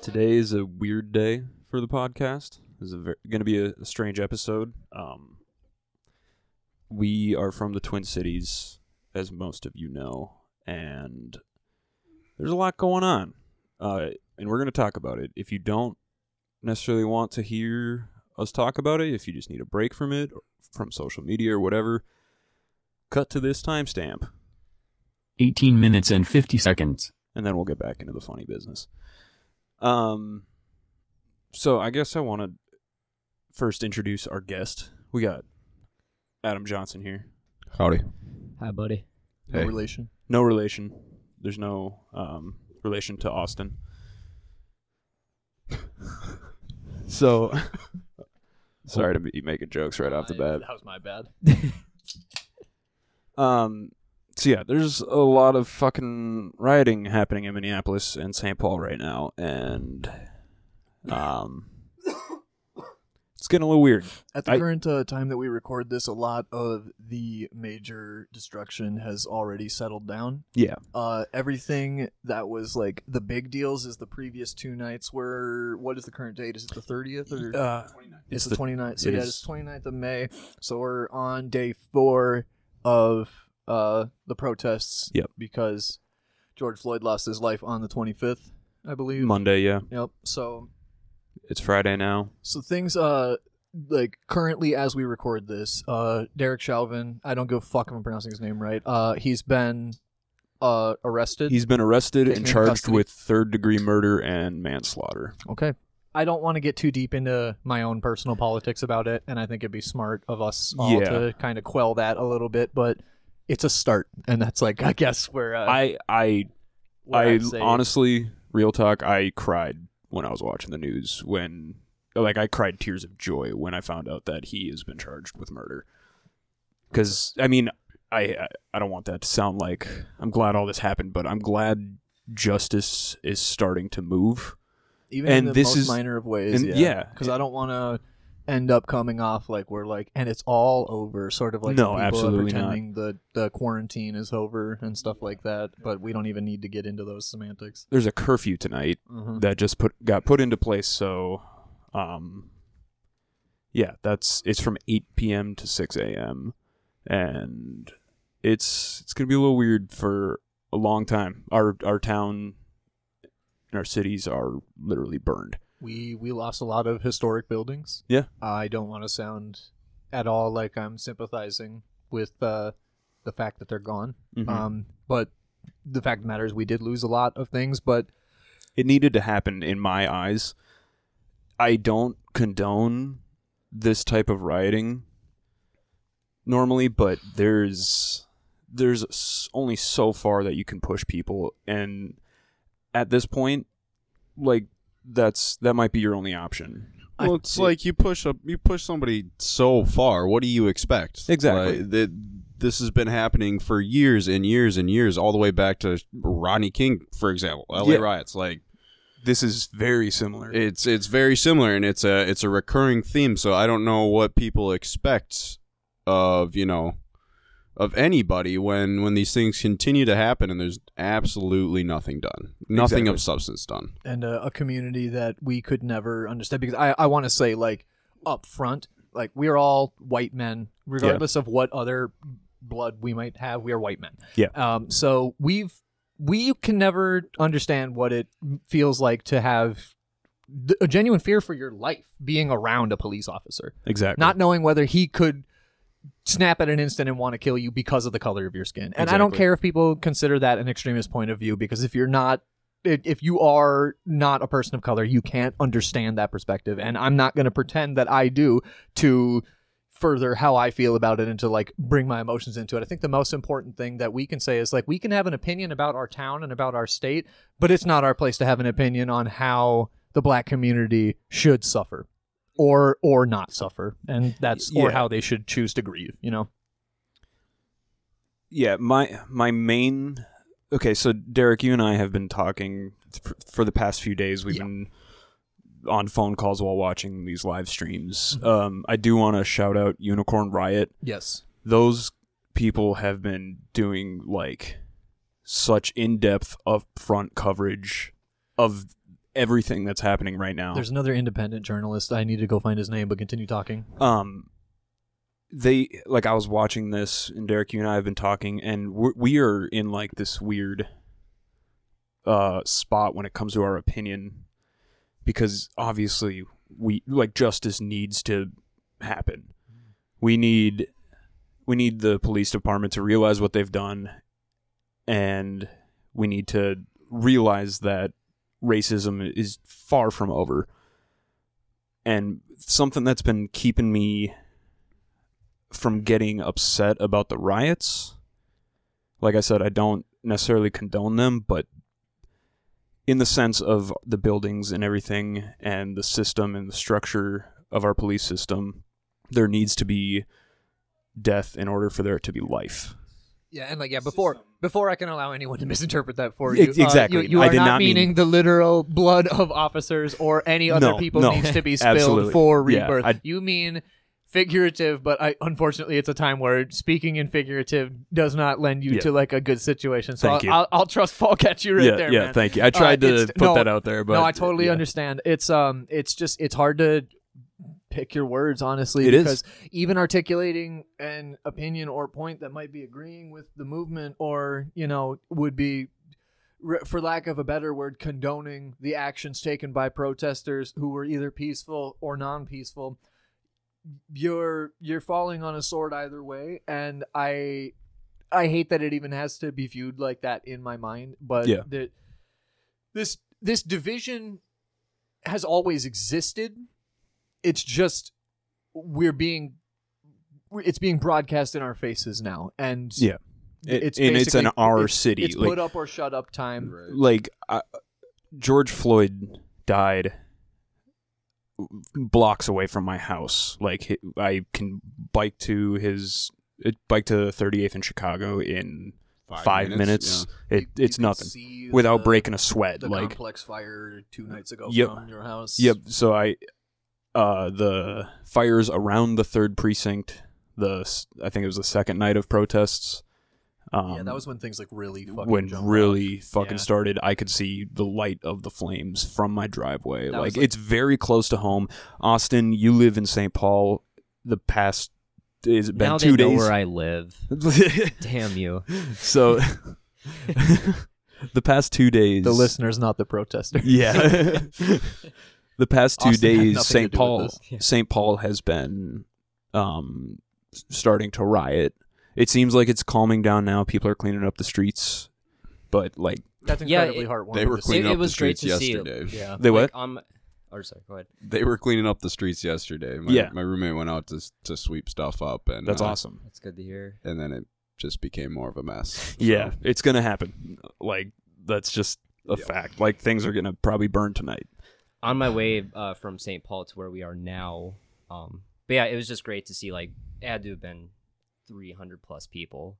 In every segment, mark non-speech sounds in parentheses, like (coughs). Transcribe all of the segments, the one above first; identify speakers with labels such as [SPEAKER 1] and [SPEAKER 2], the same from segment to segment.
[SPEAKER 1] Today is a weird day for the podcast. This is going to be a, a strange episode. Um, we are from the Twin Cities, as most of you know, and there's a lot going on, uh, and we're going to talk about it. If you don't necessarily want to hear us talk about it, if you just need a break from it, or from social media or whatever, cut to this timestamp,
[SPEAKER 2] 18 minutes and 50 seconds.
[SPEAKER 1] and then we'll get back into the funny business. Um, so I guess I want to first introduce our guest. We got Adam Johnson here.
[SPEAKER 3] Howdy.
[SPEAKER 4] Hi, buddy.
[SPEAKER 3] No Hey.
[SPEAKER 5] relation.
[SPEAKER 1] No relation. There's no um, relation to Austin. so, (laughs) sorry to be making jokes right off the bat.
[SPEAKER 5] That was
[SPEAKER 4] (laughs)
[SPEAKER 5] my bad.
[SPEAKER 1] Um, so yeah, there's a lot of fucking rioting happening in Minneapolis and St. Paul right now, and um, (coughs) it's getting a little weird.
[SPEAKER 5] At the
[SPEAKER 1] I-
[SPEAKER 5] current uh, time that we record this, a lot of the major destruction has already settled down.
[SPEAKER 1] Yeah,
[SPEAKER 5] Uh, everything that was like the big deals is the previous two nights were. What is the current date? Is it the 30th or
[SPEAKER 1] uh,
[SPEAKER 5] it's, the 29th? So
[SPEAKER 1] it
[SPEAKER 5] yeah,
[SPEAKER 1] is-
[SPEAKER 5] it's 29th of May. So we're on day four of uh, the protests.
[SPEAKER 1] Yep.
[SPEAKER 5] Because George Floyd lost his life on the 25th, I believe.
[SPEAKER 1] Monday. Yeah,
[SPEAKER 5] Yep. So
[SPEAKER 1] it's Friday now.
[SPEAKER 5] So things uh like currently as we record this, uh Derek Chauvin, I don't give a fuck if I'm pronouncing his name right. Uh he's been uh arrested.
[SPEAKER 1] He's been arrested
[SPEAKER 5] Taken
[SPEAKER 1] and
[SPEAKER 5] in
[SPEAKER 1] charged
[SPEAKER 5] custody.
[SPEAKER 1] with third degree murder and manslaughter.
[SPEAKER 5] okay. I don't want to get too deep into my own personal politics about it, and I think it'd be smart of us all
[SPEAKER 1] Yeah.
[SPEAKER 5] to kind of quell that a little bit, but it's a start, and that's like I guess where uh,
[SPEAKER 1] I I
[SPEAKER 5] where
[SPEAKER 1] I
[SPEAKER 5] I'd say-
[SPEAKER 1] honestly, real talk, I cried when I was watching the news when like I cried tears of joy when I found out that he has been charged with murder. Cuz I mean, I I- I don't want that to sound like I'm glad all this happened, but I'm glad justice is starting to move.
[SPEAKER 5] even
[SPEAKER 1] and
[SPEAKER 5] in the
[SPEAKER 1] this
[SPEAKER 5] most
[SPEAKER 1] is-
[SPEAKER 5] minor of ways,
[SPEAKER 1] and-
[SPEAKER 5] yeah,
[SPEAKER 1] yeah.
[SPEAKER 5] because I don't want to end up coming off like we're like, and it's all over, sort of like
[SPEAKER 1] No,
[SPEAKER 5] people
[SPEAKER 1] absolutely
[SPEAKER 5] are pretending the the quarantine is over and stuff like that. But we don't even need to get into those semantics.
[SPEAKER 1] There's a curfew tonight
[SPEAKER 5] Mhm.
[SPEAKER 1] that just put got put into place so um yeah that's it's from 8 p.m to 6 a.m and it's it's gonna be a little weird for a long time our our town and our cities are literally burned
[SPEAKER 5] We we lost a lot of historic buildings.
[SPEAKER 1] Yeah.
[SPEAKER 5] I don't want to sound at all like I'm sympathizing with uh, the fact that they're gone.
[SPEAKER 1] Mm-hmm.
[SPEAKER 5] Um, but the fact of the matter is, we did lose a lot of things, but
[SPEAKER 1] it needed to happen in my eyes i don't condone this type of rioting normally but there's there's s- only so far that you can push people and at this point like that's that might be your only option
[SPEAKER 3] Well, it's like you push up, you push somebody so far. What do you expect?
[SPEAKER 1] Exactly.
[SPEAKER 3] Like, that this has been happening for years and years and years, all the way back to Rodney King, for example, L.A.
[SPEAKER 1] Yeah.
[SPEAKER 3] riots. Like
[SPEAKER 1] this is very similar
[SPEAKER 3] it's it's very similar, and it's a it's a recurring theme. So I don't know what people expect of you know of anybody when when these things continue to happen, and there's absolutely nothing done, nothing
[SPEAKER 1] Exactly.
[SPEAKER 3] of substance done.
[SPEAKER 5] and a, a community that we could never understand because i, I want to say like up front like we're all white men regardless of what other blood we might have we are white men
[SPEAKER 1] Yeah.
[SPEAKER 5] um so we've we can never understand what it feels like to have th- a genuine fear for your life being around a police officer
[SPEAKER 1] exactly
[SPEAKER 5] not knowing whether he could snap at an instant and want to kill you because of the color of your skin. And I don't
[SPEAKER 1] Exactly.
[SPEAKER 5] care if people consider that an extremist point of view because if you're not if if you are not a person of color, you can't understand that perspective and I'm not going to pretend that I do to further how I feel about it and to like bring my emotions into it. I think the most important thing that we can say is like we can have an opinion about our town and about our state, but it's not our place to have an opinion on how the black community should suffer or or not suffer and that's or
[SPEAKER 1] Yeah.
[SPEAKER 5] how they should choose to grieve, you know.
[SPEAKER 1] yeah my my main okay so derek you and i have been talking f- for the past few days we've
[SPEAKER 5] Yeah.
[SPEAKER 1] been on phone calls while watching these live streams um, i do want to shout out unicorn riot
[SPEAKER 5] Yes.
[SPEAKER 1] those people have been doing like such in-depth upfront coverage of everything that's happening right now.
[SPEAKER 5] There's another independent journalist. I need to go find his name, but continue talking.
[SPEAKER 1] um they like i was watching this and derek you and i have been talking and we're, we are in like this weird uh spot when it comes to our opinion because obviously we like justice needs to happen we need we need the police department to realize what they've done and we need to realize that racism is far from over and something that's been keeping me from getting upset about the riots like i said i don't necessarily condone them but in the sense of the buildings and everything and the system and the structure of our police system there needs to be death in order for there to be life
[SPEAKER 5] Yeah, and like yeah, before before I can allow anyone to (laughs) misinterpret that for you.
[SPEAKER 1] Ex- exactly.
[SPEAKER 5] Uh, you, you
[SPEAKER 1] I
[SPEAKER 5] are
[SPEAKER 1] did
[SPEAKER 5] not,
[SPEAKER 1] not mean-
[SPEAKER 5] meaning the literal blood of officers or any other
[SPEAKER 1] No,
[SPEAKER 5] people
[SPEAKER 1] no,
[SPEAKER 5] needs to
[SPEAKER 1] (laughs)
[SPEAKER 5] be spilled
[SPEAKER 1] absolutely.
[SPEAKER 5] for
[SPEAKER 1] Yeah,
[SPEAKER 5] rebirth.
[SPEAKER 1] I-
[SPEAKER 5] you mean figurative, but I unfortunately it's a time where speaking in figurative does not lend you
[SPEAKER 1] Yeah.
[SPEAKER 5] to like a good situation. So
[SPEAKER 1] Thank
[SPEAKER 5] I'll,
[SPEAKER 1] you.
[SPEAKER 5] I'll, I'll trust Paul (laughs) catch you right
[SPEAKER 1] yeah
[SPEAKER 5] there,
[SPEAKER 1] yeah
[SPEAKER 5] man. Uh,
[SPEAKER 1] thank you i tried to
[SPEAKER 5] it's-
[SPEAKER 1] put
[SPEAKER 5] no,
[SPEAKER 1] that out there but
[SPEAKER 5] no, I totally
[SPEAKER 1] yeah.
[SPEAKER 5] understand. It's um, it's just it's hard to pick your words honestly
[SPEAKER 1] It is.
[SPEAKER 5] because even articulating an opinion or point that might be agreeing with the movement or you know would be r- for lack of a better word condoning the actions taken by protesters who were either peaceful or non-peaceful you're you're falling on a sword either way and i i hate that it even has to be viewed like that in my mind but
[SPEAKER 1] Yeah.
[SPEAKER 5] the, this this division has always existed it's just we're being it's being broadcast in our faces now and
[SPEAKER 1] Yeah. It-
[SPEAKER 5] it's
[SPEAKER 1] and it's an
[SPEAKER 5] basically-
[SPEAKER 1] our
[SPEAKER 5] it's-
[SPEAKER 1] city
[SPEAKER 5] it's
[SPEAKER 1] like,
[SPEAKER 5] put up or shut up time
[SPEAKER 1] like I, George Floyd died blocks away from my house. Like hi- I can bike to his uh, bike to 38th in Chicago in five, minutes. It,
[SPEAKER 5] You-
[SPEAKER 1] it's
[SPEAKER 5] you could
[SPEAKER 1] nothing
[SPEAKER 5] see
[SPEAKER 1] without
[SPEAKER 5] the-
[SPEAKER 1] breaking a sweat.
[SPEAKER 5] the
[SPEAKER 1] like
[SPEAKER 5] complex fire two nights ago
[SPEAKER 1] Yep.
[SPEAKER 5] from your house
[SPEAKER 1] Yep. So I, uh, the fires around the third precinct. The s- I think it was the second night of protests. Um,
[SPEAKER 5] yeah that was when things like really fucking
[SPEAKER 1] when
[SPEAKER 5] jumped
[SPEAKER 1] really fucking
[SPEAKER 5] Yeah.
[SPEAKER 1] started i could see the light of the flames from my driveway
[SPEAKER 5] That
[SPEAKER 1] like,
[SPEAKER 5] was, like-
[SPEAKER 1] it's very close to home austin you live in st paul the past it's been
[SPEAKER 4] now
[SPEAKER 1] two
[SPEAKER 4] they know
[SPEAKER 1] days
[SPEAKER 4] where I live. Damn you.
[SPEAKER 1] (laughs)
[SPEAKER 5] (laughs)
[SPEAKER 1] so the past two days
[SPEAKER 5] the listener's not the protester
[SPEAKER 1] (laughs)
[SPEAKER 5] (laughs)
[SPEAKER 1] yeah the past two
[SPEAKER 5] Austin had
[SPEAKER 1] days
[SPEAKER 5] nothing
[SPEAKER 1] st
[SPEAKER 5] to do with
[SPEAKER 1] paul
[SPEAKER 5] this.
[SPEAKER 4] Yeah.
[SPEAKER 1] st paul has been um s- starting to riot it seems like it's calming down now people are cleaning up the streets but like
[SPEAKER 5] that's
[SPEAKER 4] Yeah,
[SPEAKER 5] incredibly
[SPEAKER 4] it-
[SPEAKER 5] heartwarming
[SPEAKER 3] They were
[SPEAKER 5] to see.
[SPEAKER 3] cleaning
[SPEAKER 4] It- it
[SPEAKER 3] up the
[SPEAKER 4] was great
[SPEAKER 3] streets
[SPEAKER 4] to see it.
[SPEAKER 3] yesterday.
[SPEAKER 5] yeah
[SPEAKER 1] they what
[SPEAKER 4] Like, um, or sorry, go ahead.
[SPEAKER 3] They were cleaning up the streets yesterday. My,
[SPEAKER 1] Yeah.
[SPEAKER 3] my roommate went out to s- to sweep stuff up, and
[SPEAKER 1] That's
[SPEAKER 3] uh,
[SPEAKER 1] awesome.
[SPEAKER 4] That's good to hear.
[SPEAKER 3] And then it just became more of a mess.
[SPEAKER 1] Yeah,
[SPEAKER 3] So,
[SPEAKER 1] it's gonna happen. Like that's just a
[SPEAKER 3] Yeah.
[SPEAKER 1] fact. Like things are gonna probably burn tonight.
[SPEAKER 4] on my way uh, from St. Paul to where we are now. Um, but yeah, it was just great to see like it had to have been 300 plus people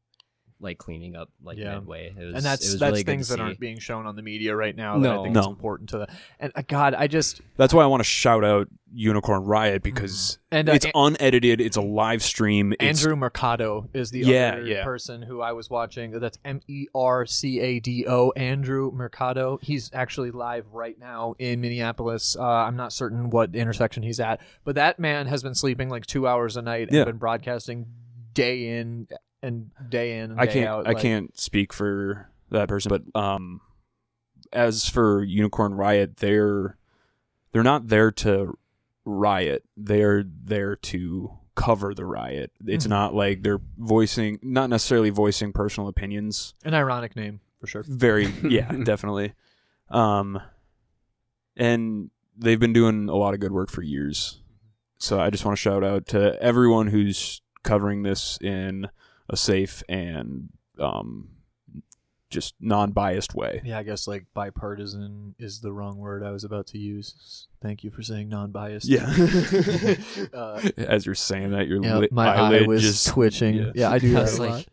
[SPEAKER 4] like cleaning up like
[SPEAKER 5] Yeah.
[SPEAKER 4] midway. It was,
[SPEAKER 5] and
[SPEAKER 4] it
[SPEAKER 5] that's
[SPEAKER 4] was
[SPEAKER 5] that's
[SPEAKER 4] really good
[SPEAKER 5] things
[SPEAKER 4] to
[SPEAKER 5] that aren't
[SPEAKER 4] see.
[SPEAKER 5] being shown on the media right now that I
[SPEAKER 4] No.
[SPEAKER 5] think is
[SPEAKER 1] No.
[SPEAKER 5] important to the and uh, God I just
[SPEAKER 1] That's why I want to shout out Unicorn Riot because
[SPEAKER 5] and uh,
[SPEAKER 1] it's
[SPEAKER 5] An-
[SPEAKER 1] unedited. It's a live stream. It's,
[SPEAKER 5] Andrew Mercado is the
[SPEAKER 1] Yeah,
[SPEAKER 5] other
[SPEAKER 1] yeah.
[SPEAKER 5] person who I was watching. That's M E R C A D O. Andrew Mercado. He's actually live right now in Minneapolis. Uh, I'm not certain what intersection he's at, but that man has been sleeping like two hours a night
[SPEAKER 1] Yeah.
[SPEAKER 5] and been broadcasting day in and day in. And
[SPEAKER 1] I
[SPEAKER 5] day
[SPEAKER 1] can't.
[SPEAKER 5] out,
[SPEAKER 1] I
[SPEAKER 5] like-
[SPEAKER 1] can't speak for that person, but um, as for Unicorn Riot, they're they're not there to riot. They're there to cover the riot. It's
[SPEAKER 5] Mhm.
[SPEAKER 1] not like they're voicing, not necessarily voicing personal opinions.
[SPEAKER 5] An ironic name for sure.
[SPEAKER 1] Very, yeah, definitely. Um, and they've been doing a lot of good work for years. So I just want to shout out to everyone who's covering this in a safe and um, just non-biased way.
[SPEAKER 5] Yeah, I guess like bipartisan is the wrong word I was about to use. Thank you for saying non-biased. (laughs) uh,
[SPEAKER 1] (laughs) As you're saying that, your
[SPEAKER 5] Yeah,
[SPEAKER 1] li-
[SPEAKER 5] my
[SPEAKER 1] eyelid
[SPEAKER 5] eye was
[SPEAKER 1] just
[SPEAKER 5] twitching.
[SPEAKER 1] yeah.
[SPEAKER 5] Yeah, I do
[SPEAKER 4] I
[SPEAKER 5] that
[SPEAKER 4] was
[SPEAKER 5] a
[SPEAKER 4] like,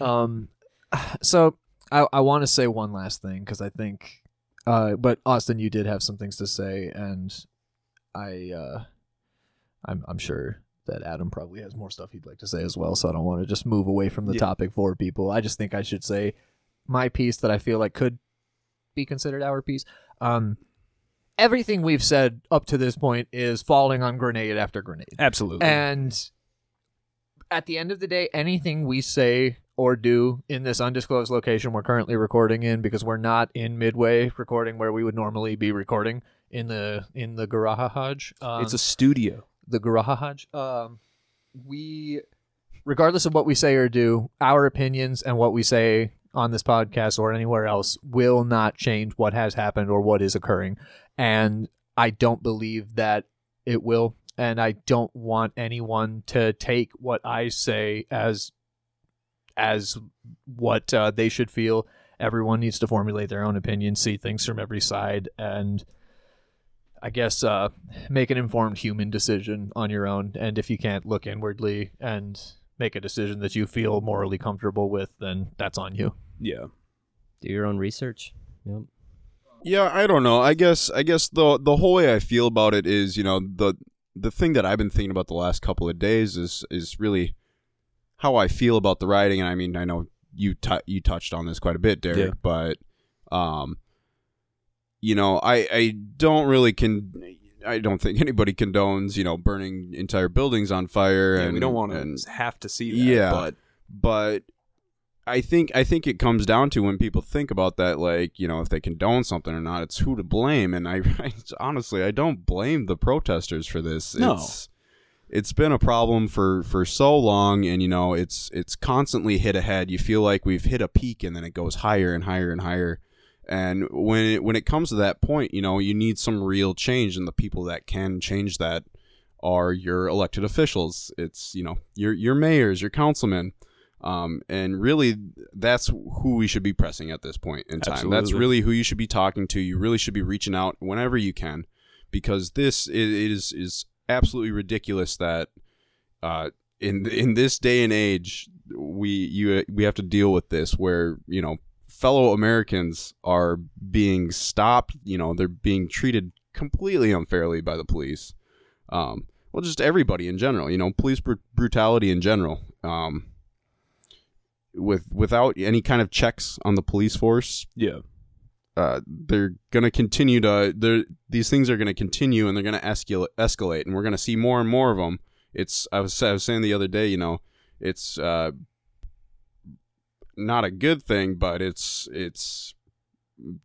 [SPEAKER 5] lot. Um, (sighs) so I, I want to say one last thing because I think, uh, but Austin, you did have some things to say, and I, uh, I'm I'm sure that Adam probably has more stuff he'd like to say as well. So I don't want to just move away from the
[SPEAKER 1] Yeah.
[SPEAKER 5] topic for people. I just think I should say my piece that I feel like could be considered our piece. Um, everything we've said up to this point is falling on grenade after grenade.
[SPEAKER 1] Absolutely.
[SPEAKER 5] And at the end of the day, anything we say or do in this undisclosed location we're currently recording in, because we're not in Midway recording where we would normally be recording in the in the Garahaj. Um,
[SPEAKER 1] it's a studio.
[SPEAKER 5] the Garahaj. Um, we, regardless of what we say or do, our opinions and what we say on this podcast or anywhere else will not change what has happened or what is occurring. And I don't believe that it will. And I don't want anyone to take what I say as as what uh, they should feel. Everyone needs to formulate their own opinion, see things from every side, and I guess uh, make an informed human decision on your own. And if you can't look inwardly and make a decision that you feel morally comfortable with, then that's on you.
[SPEAKER 1] Yeah.
[SPEAKER 4] Do your own research. Yep.
[SPEAKER 3] Yeah, I don't know. I guess I guess the the whole way I feel about it is, you know, the the thing that I've been thinking about the last couple of days is is really how I feel about the writing. And I mean, I know you t- you touched on this quite a bit, Derek,
[SPEAKER 1] Yeah.
[SPEAKER 3] but um, you know, I I don't really con I don't think (laughs) anybody condones, you know, burning entire buildings on fire.
[SPEAKER 1] Yeah,
[SPEAKER 3] and
[SPEAKER 1] we don't want
[SPEAKER 3] and-
[SPEAKER 1] to have to see that.
[SPEAKER 3] Yeah.
[SPEAKER 1] But
[SPEAKER 3] but I think I think it comes down to when people think about that, like you know, if they condone something or not, it's who to blame. And I, (laughs) I honestly, I don't blame the protesters for this.
[SPEAKER 1] No.
[SPEAKER 3] It's, it's been a problem for for so long, and you know, it's it's constantly hit ahead. You feel like we've hit a peak, and then it goes higher and higher and higher. And when it, when it comes to that point, you know, you need some real change, and the people that can change that are your elected officials. It's you know your your mayors, your councilmen, um, and really that's who we should be pressing at this point in time. That's
[SPEAKER 1] Absolutely.
[SPEAKER 3] really who you should be talking to. You really should be reaching out whenever you can, because this i- it is is absolutely ridiculous that uh, in in this day and age we you we have to deal with this where you know fellow Americans are being stopped. You know they're being treated completely unfairly by the police um, well, just everybody in general, you know, police br- brutality in general, um, with without any kind of checks on the police force,
[SPEAKER 1] yeah.
[SPEAKER 3] uh, they're gonna continue to they're, these things are gonna continue and they're gonna escalate, escalate, and we're gonna see more and more of them. It's I was I was saying the other day, you know, it's uh, not a good thing, but it's it's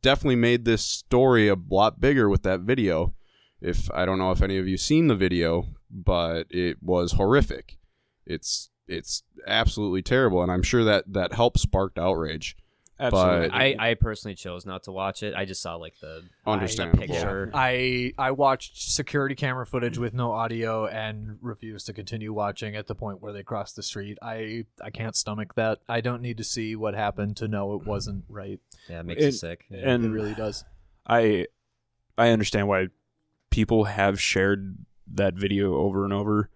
[SPEAKER 3] definitely made this story a lot bigger with that video. If I don't know if any of you seen the video, but it was horrific. It's it's absolutely terrible, and I'm sure that that helped sparked outrage.
[SPEAKER 1] Absolutely.
[SPEAKER 4] I, I personally chose not to watch it. I just saw like the
[SPEAKER 3] Understandable.
[SPEAKER 4] picture.
[SPEAKER 5] I I watched security camera footage with no audio and refused to continue watching at the point where they crossed the street. I I can't stomach that. I don't need to see what happened to know it wasn't right.
[SPEAKER 4] Yeah, it makes you
[SPEAKER 1] And-
[SPEAKER 4] sick. Yeah.
[SPEAKER 1] and
[SPEAKER 5] it really does.
[SPEAKER 1] I I understand why people have shared that video over and over.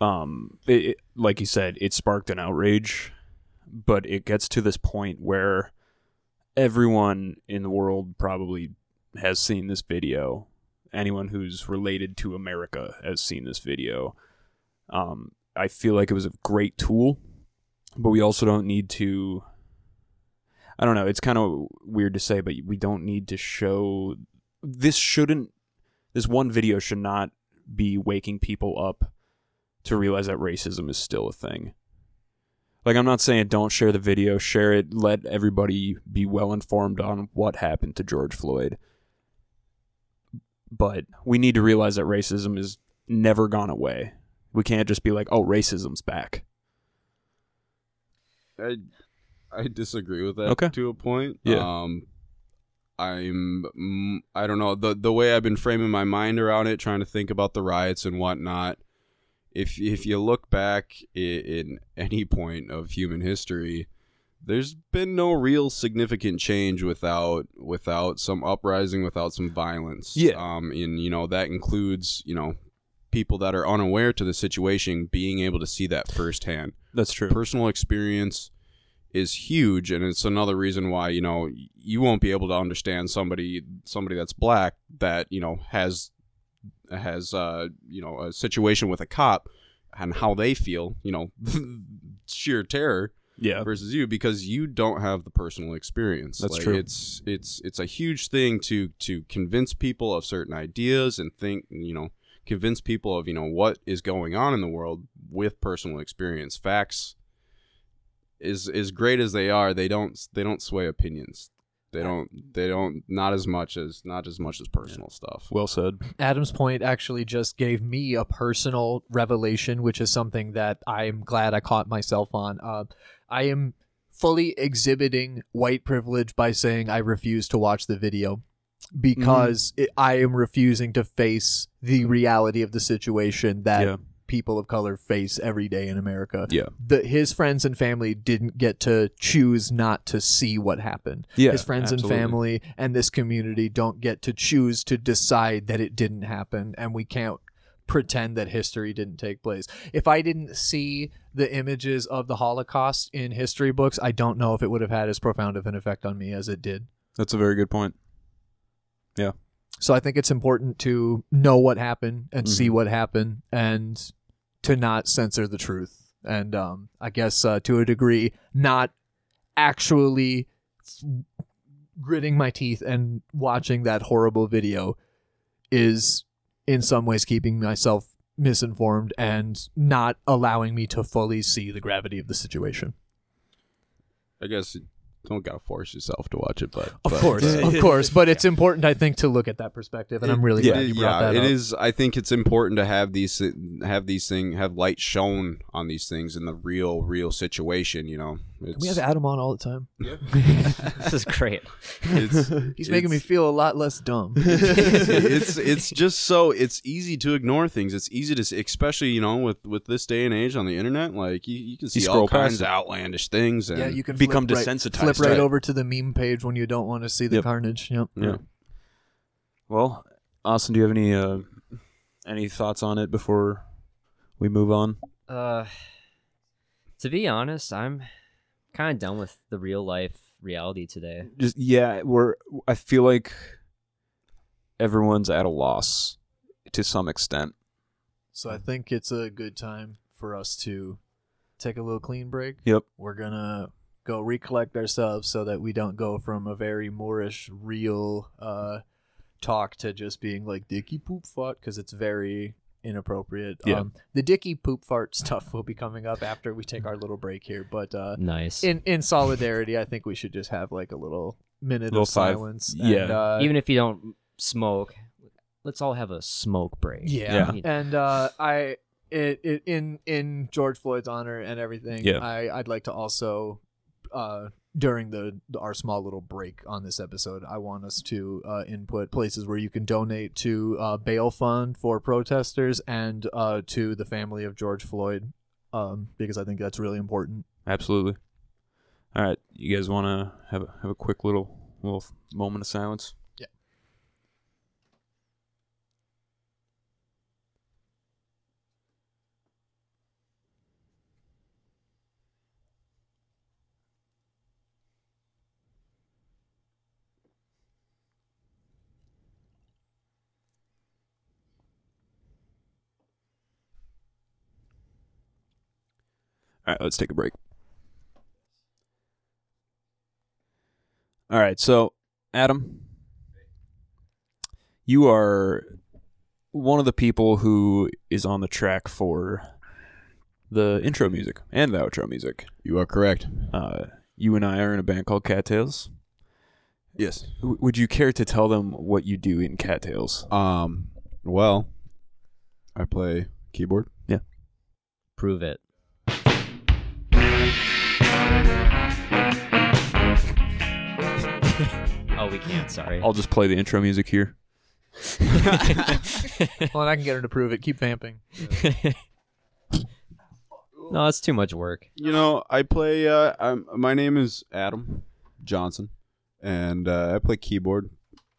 [SPEAKER 1] Um, it, it- like you said, it sparked an outrage, but it gets to this point where everyone in the world probably has seen this video. Anyone who's related to America has seen this video. Um, I feel like it was a great tool, but we also don't need to I don't know. It's kind of weird to say, but we don't need to show. This shouldn't. This one video should not be waking people up to realize that racism is still a thing. Like, I'm not saying don't share the video, share it, let everybody be well informed on what happened to George Floyd. But we need to realize that racism is never gone away. We can't just be like, oh, racism's back.
[SPEAKER 3] I I disagree with that
[SPEAKER 1] Okay.
[SPEAKER 3] to a point.
[SPEAKER 1] Yeah.
[SPEAKER 3] Um I'm mm, I don't know the the way I've been framing my mind around it, trying to think about the riots and whatnot. If if you look back i in any point of human history, there's been no real significant change without without some uprising, without some violence.
[SPEAKER 1] Yeah.
[SPEAKER 3] Um, and you know that includes you know people that are unaware to the situation being able to see that firsthand
[SPEAKER 1] That's true.
[SPEAKER 3] personal experience is huge and it's another reason why you know you won't be able to understand somebody somebody that's black that you know has has uh you know a situation with a cop and how they feel you know (laughs) sheer terror
[SPEAKER 1] Yeah.
[SPEAKER 3] versus you because you don't have the personal experience.
[SPEAKER 1] That's
[SPEAKER 3] Like,
[SPEAKER 1] true.
[SPEAKER 3] It's it's it's a huge thing to to convince people of certain ideas and think you know convince people of you know what is going on in the world with personal experience. Facts is as great as they are, they don't they don't sway opinions. They don't they don't not as much as not as much as personal stuff.
[SPEAKER 1] Well said.
[SPEAKER 5] Adam's point actually just gave me a personal revelation, which is something that I am glad I caught myself on. Uh, I am fully exhibiting white privilege by saying I refuse to watch the video because
[SPEAKER 1] Mm-hmm.
[SPEAKER 5] it, I am refusing to face the reality of the situation that
[SPEAKER 1] yeah.
[SPEAKER 5] people of color face every day in America.
[SPEAKER 1] Yeah.
[SPEAKER 5] The, his friends and family didn't get to choose not to see what happened
[SPEAKER 1] Yeah.
[SPEAKER 5] his friends
[SPEAKER 1] absolutely.
[SPEAKER 5] and family and this community don't get to choose to decide that it didn't happen and we can't pretend that history didn't take place. If I didn't see the images of the Holocaust in history books, I don't know if it would have had as profound of an effect on me as it did.
[SPEAKER 1] That's a very good point.
[SPEAKER 5] So I think it's important to know what happened and
[SPEAKER 3] Mm-hmm.
[SPEAKER 5] see what happened and to not censor the truth. And um, I guess uh, to a degree, not actually f- gritting my teeth and watching that horrible video is in some ways keeping myself misinformed and not allowing me to fully see the gravity of the situation.
[SPEAKER 3] I guess you don't gotta force yourself to watch it, but
[SPEAKER 5] Of
[SPEAKER 3] but,
[SPEAKER 5] course,
[SPEAKER 3] uh, (laughs)
[SPEAKER 5] of course. But it's important, I think, to look at that perspective. And I'm really glad you brought that
[SPEAKER 3] it
[SPEAKER 5] up.
[SPEAKER 3] is- I think it's important to have these have these thing have light shown on these things in the real real situation. You know, it's,
[SPEAKER 5] we have Adam on all the time.
[SPEAKER 4] (laughs) this is
[SPEAKER 1] (laughs)
[SPEAKER 4] great.
[SPEAKER 3] it's,
[SPEAKER 5] (laughs) He's making me feel a lot less dumb.
[SPEAKER 3] (laughs) it's it's just so it's easy to ignore things. It's easy to s- especially you know with with this day and age on the internet, like you, you can see all
[SPEAKER 1] scroll past
[SPEAKER 3] kinds
[SPEAKER 1] it.
[SPEAKER 3] of outlandish things. And,
[SPEAKER 5] yeah, you can
[SPEAKER 1] Become
[SPEAKER 5] flip right-
[SPEAKER 1] desensitized
[SPEAKER 5] Flip right
[SPEAKER 1] to it.
[SPEAKER 5] over to the meme page when you don't want to see the
[SPEAKER 1] Yep.
[SPEAKER 5] carnage. Yep.
[SPEAKER 1] Yeah. Well, Austin, do you have any uh, any thoughts on it before we move on?
[SPEAKER 4] Uh, to be honest, I'm kind of done with the real life reality today.
[SPEAKER 1] Just yeah, we're. I feel like everyone's at a loss to some extent.
[SPEAKER 5] So I think it's a good time for us to take a little clean break.
[SPEAKER 1] Yep.
[SPEAKER 5] We're gonna go recollect ourselves so that we don't go from a very Moorish real uh, talk to just being like dicky poop fart because it's very inappropriate.
[SPEAKER 1] Yeah.
[SPEAKER 5] Um, the dicky poop fart (laughs) stuff will be coming up after we take our little break here, but uh,
[SPEAKER 4] Nice.
[SPEAKER 5] in in solidarity, I think we should just have like a little minute
[SPEAKER 1] Little
[SPEAKER 5] of
[SPEAKER 1] five-
[SPEAKER 5] silence. And,
[SPEAKER 1] yeah.
[SPEAKER 5] uh,
[SPEAKER 4] Even if you don't smoke, let's all have a smoke break.
[SPEAKER 5] yeah.
[SPEAKER 4] You know,
[SPEAKER 5] And uh, I it, it in in George Floyd's honor and everything.
[SPEAKER 1] Yeah.
[SPEAKER 5] I I'd like to also uh during the our small little break on this episode, I want us to uh, input places where you can donate to uh, bail fund for protesters and uh, to the family of George Floyd, um, because I think that's
[SPEAKER 1] (laughs)
[SPEAKER 5] really important.
[SPEAKER 1] Absolutely. All right, you guys want to have a, have a quick little little moment of silence? All right, let's take a break. All right, so Adam, you are one of the people who is on the track for the intro music and the outro music.
[SPEAKER 3] you are correct.
[SPEAKER 1] Uh, you and I are in a band called Cattails.
[SPEAKER 3] Yes.
[SPEAKER 1] W- would you care to tell them what you do in Cattails?
[SPEAKER 3] Um. Well, I play keyboard.
[SPEAKER 4] Prove (laughs) it. oh, we can't. Sorry.
[SPEAKER 1] I'll just play the intro music here.
[SPEAKER 5] well, and I can get her to prove it. Keep vamping.
[SPEAKER 4] no, that's too much work.
[SPEAKER 3] You know, I play. Uh, I'm, my name is Adam Johnson, and uh, I play keyboard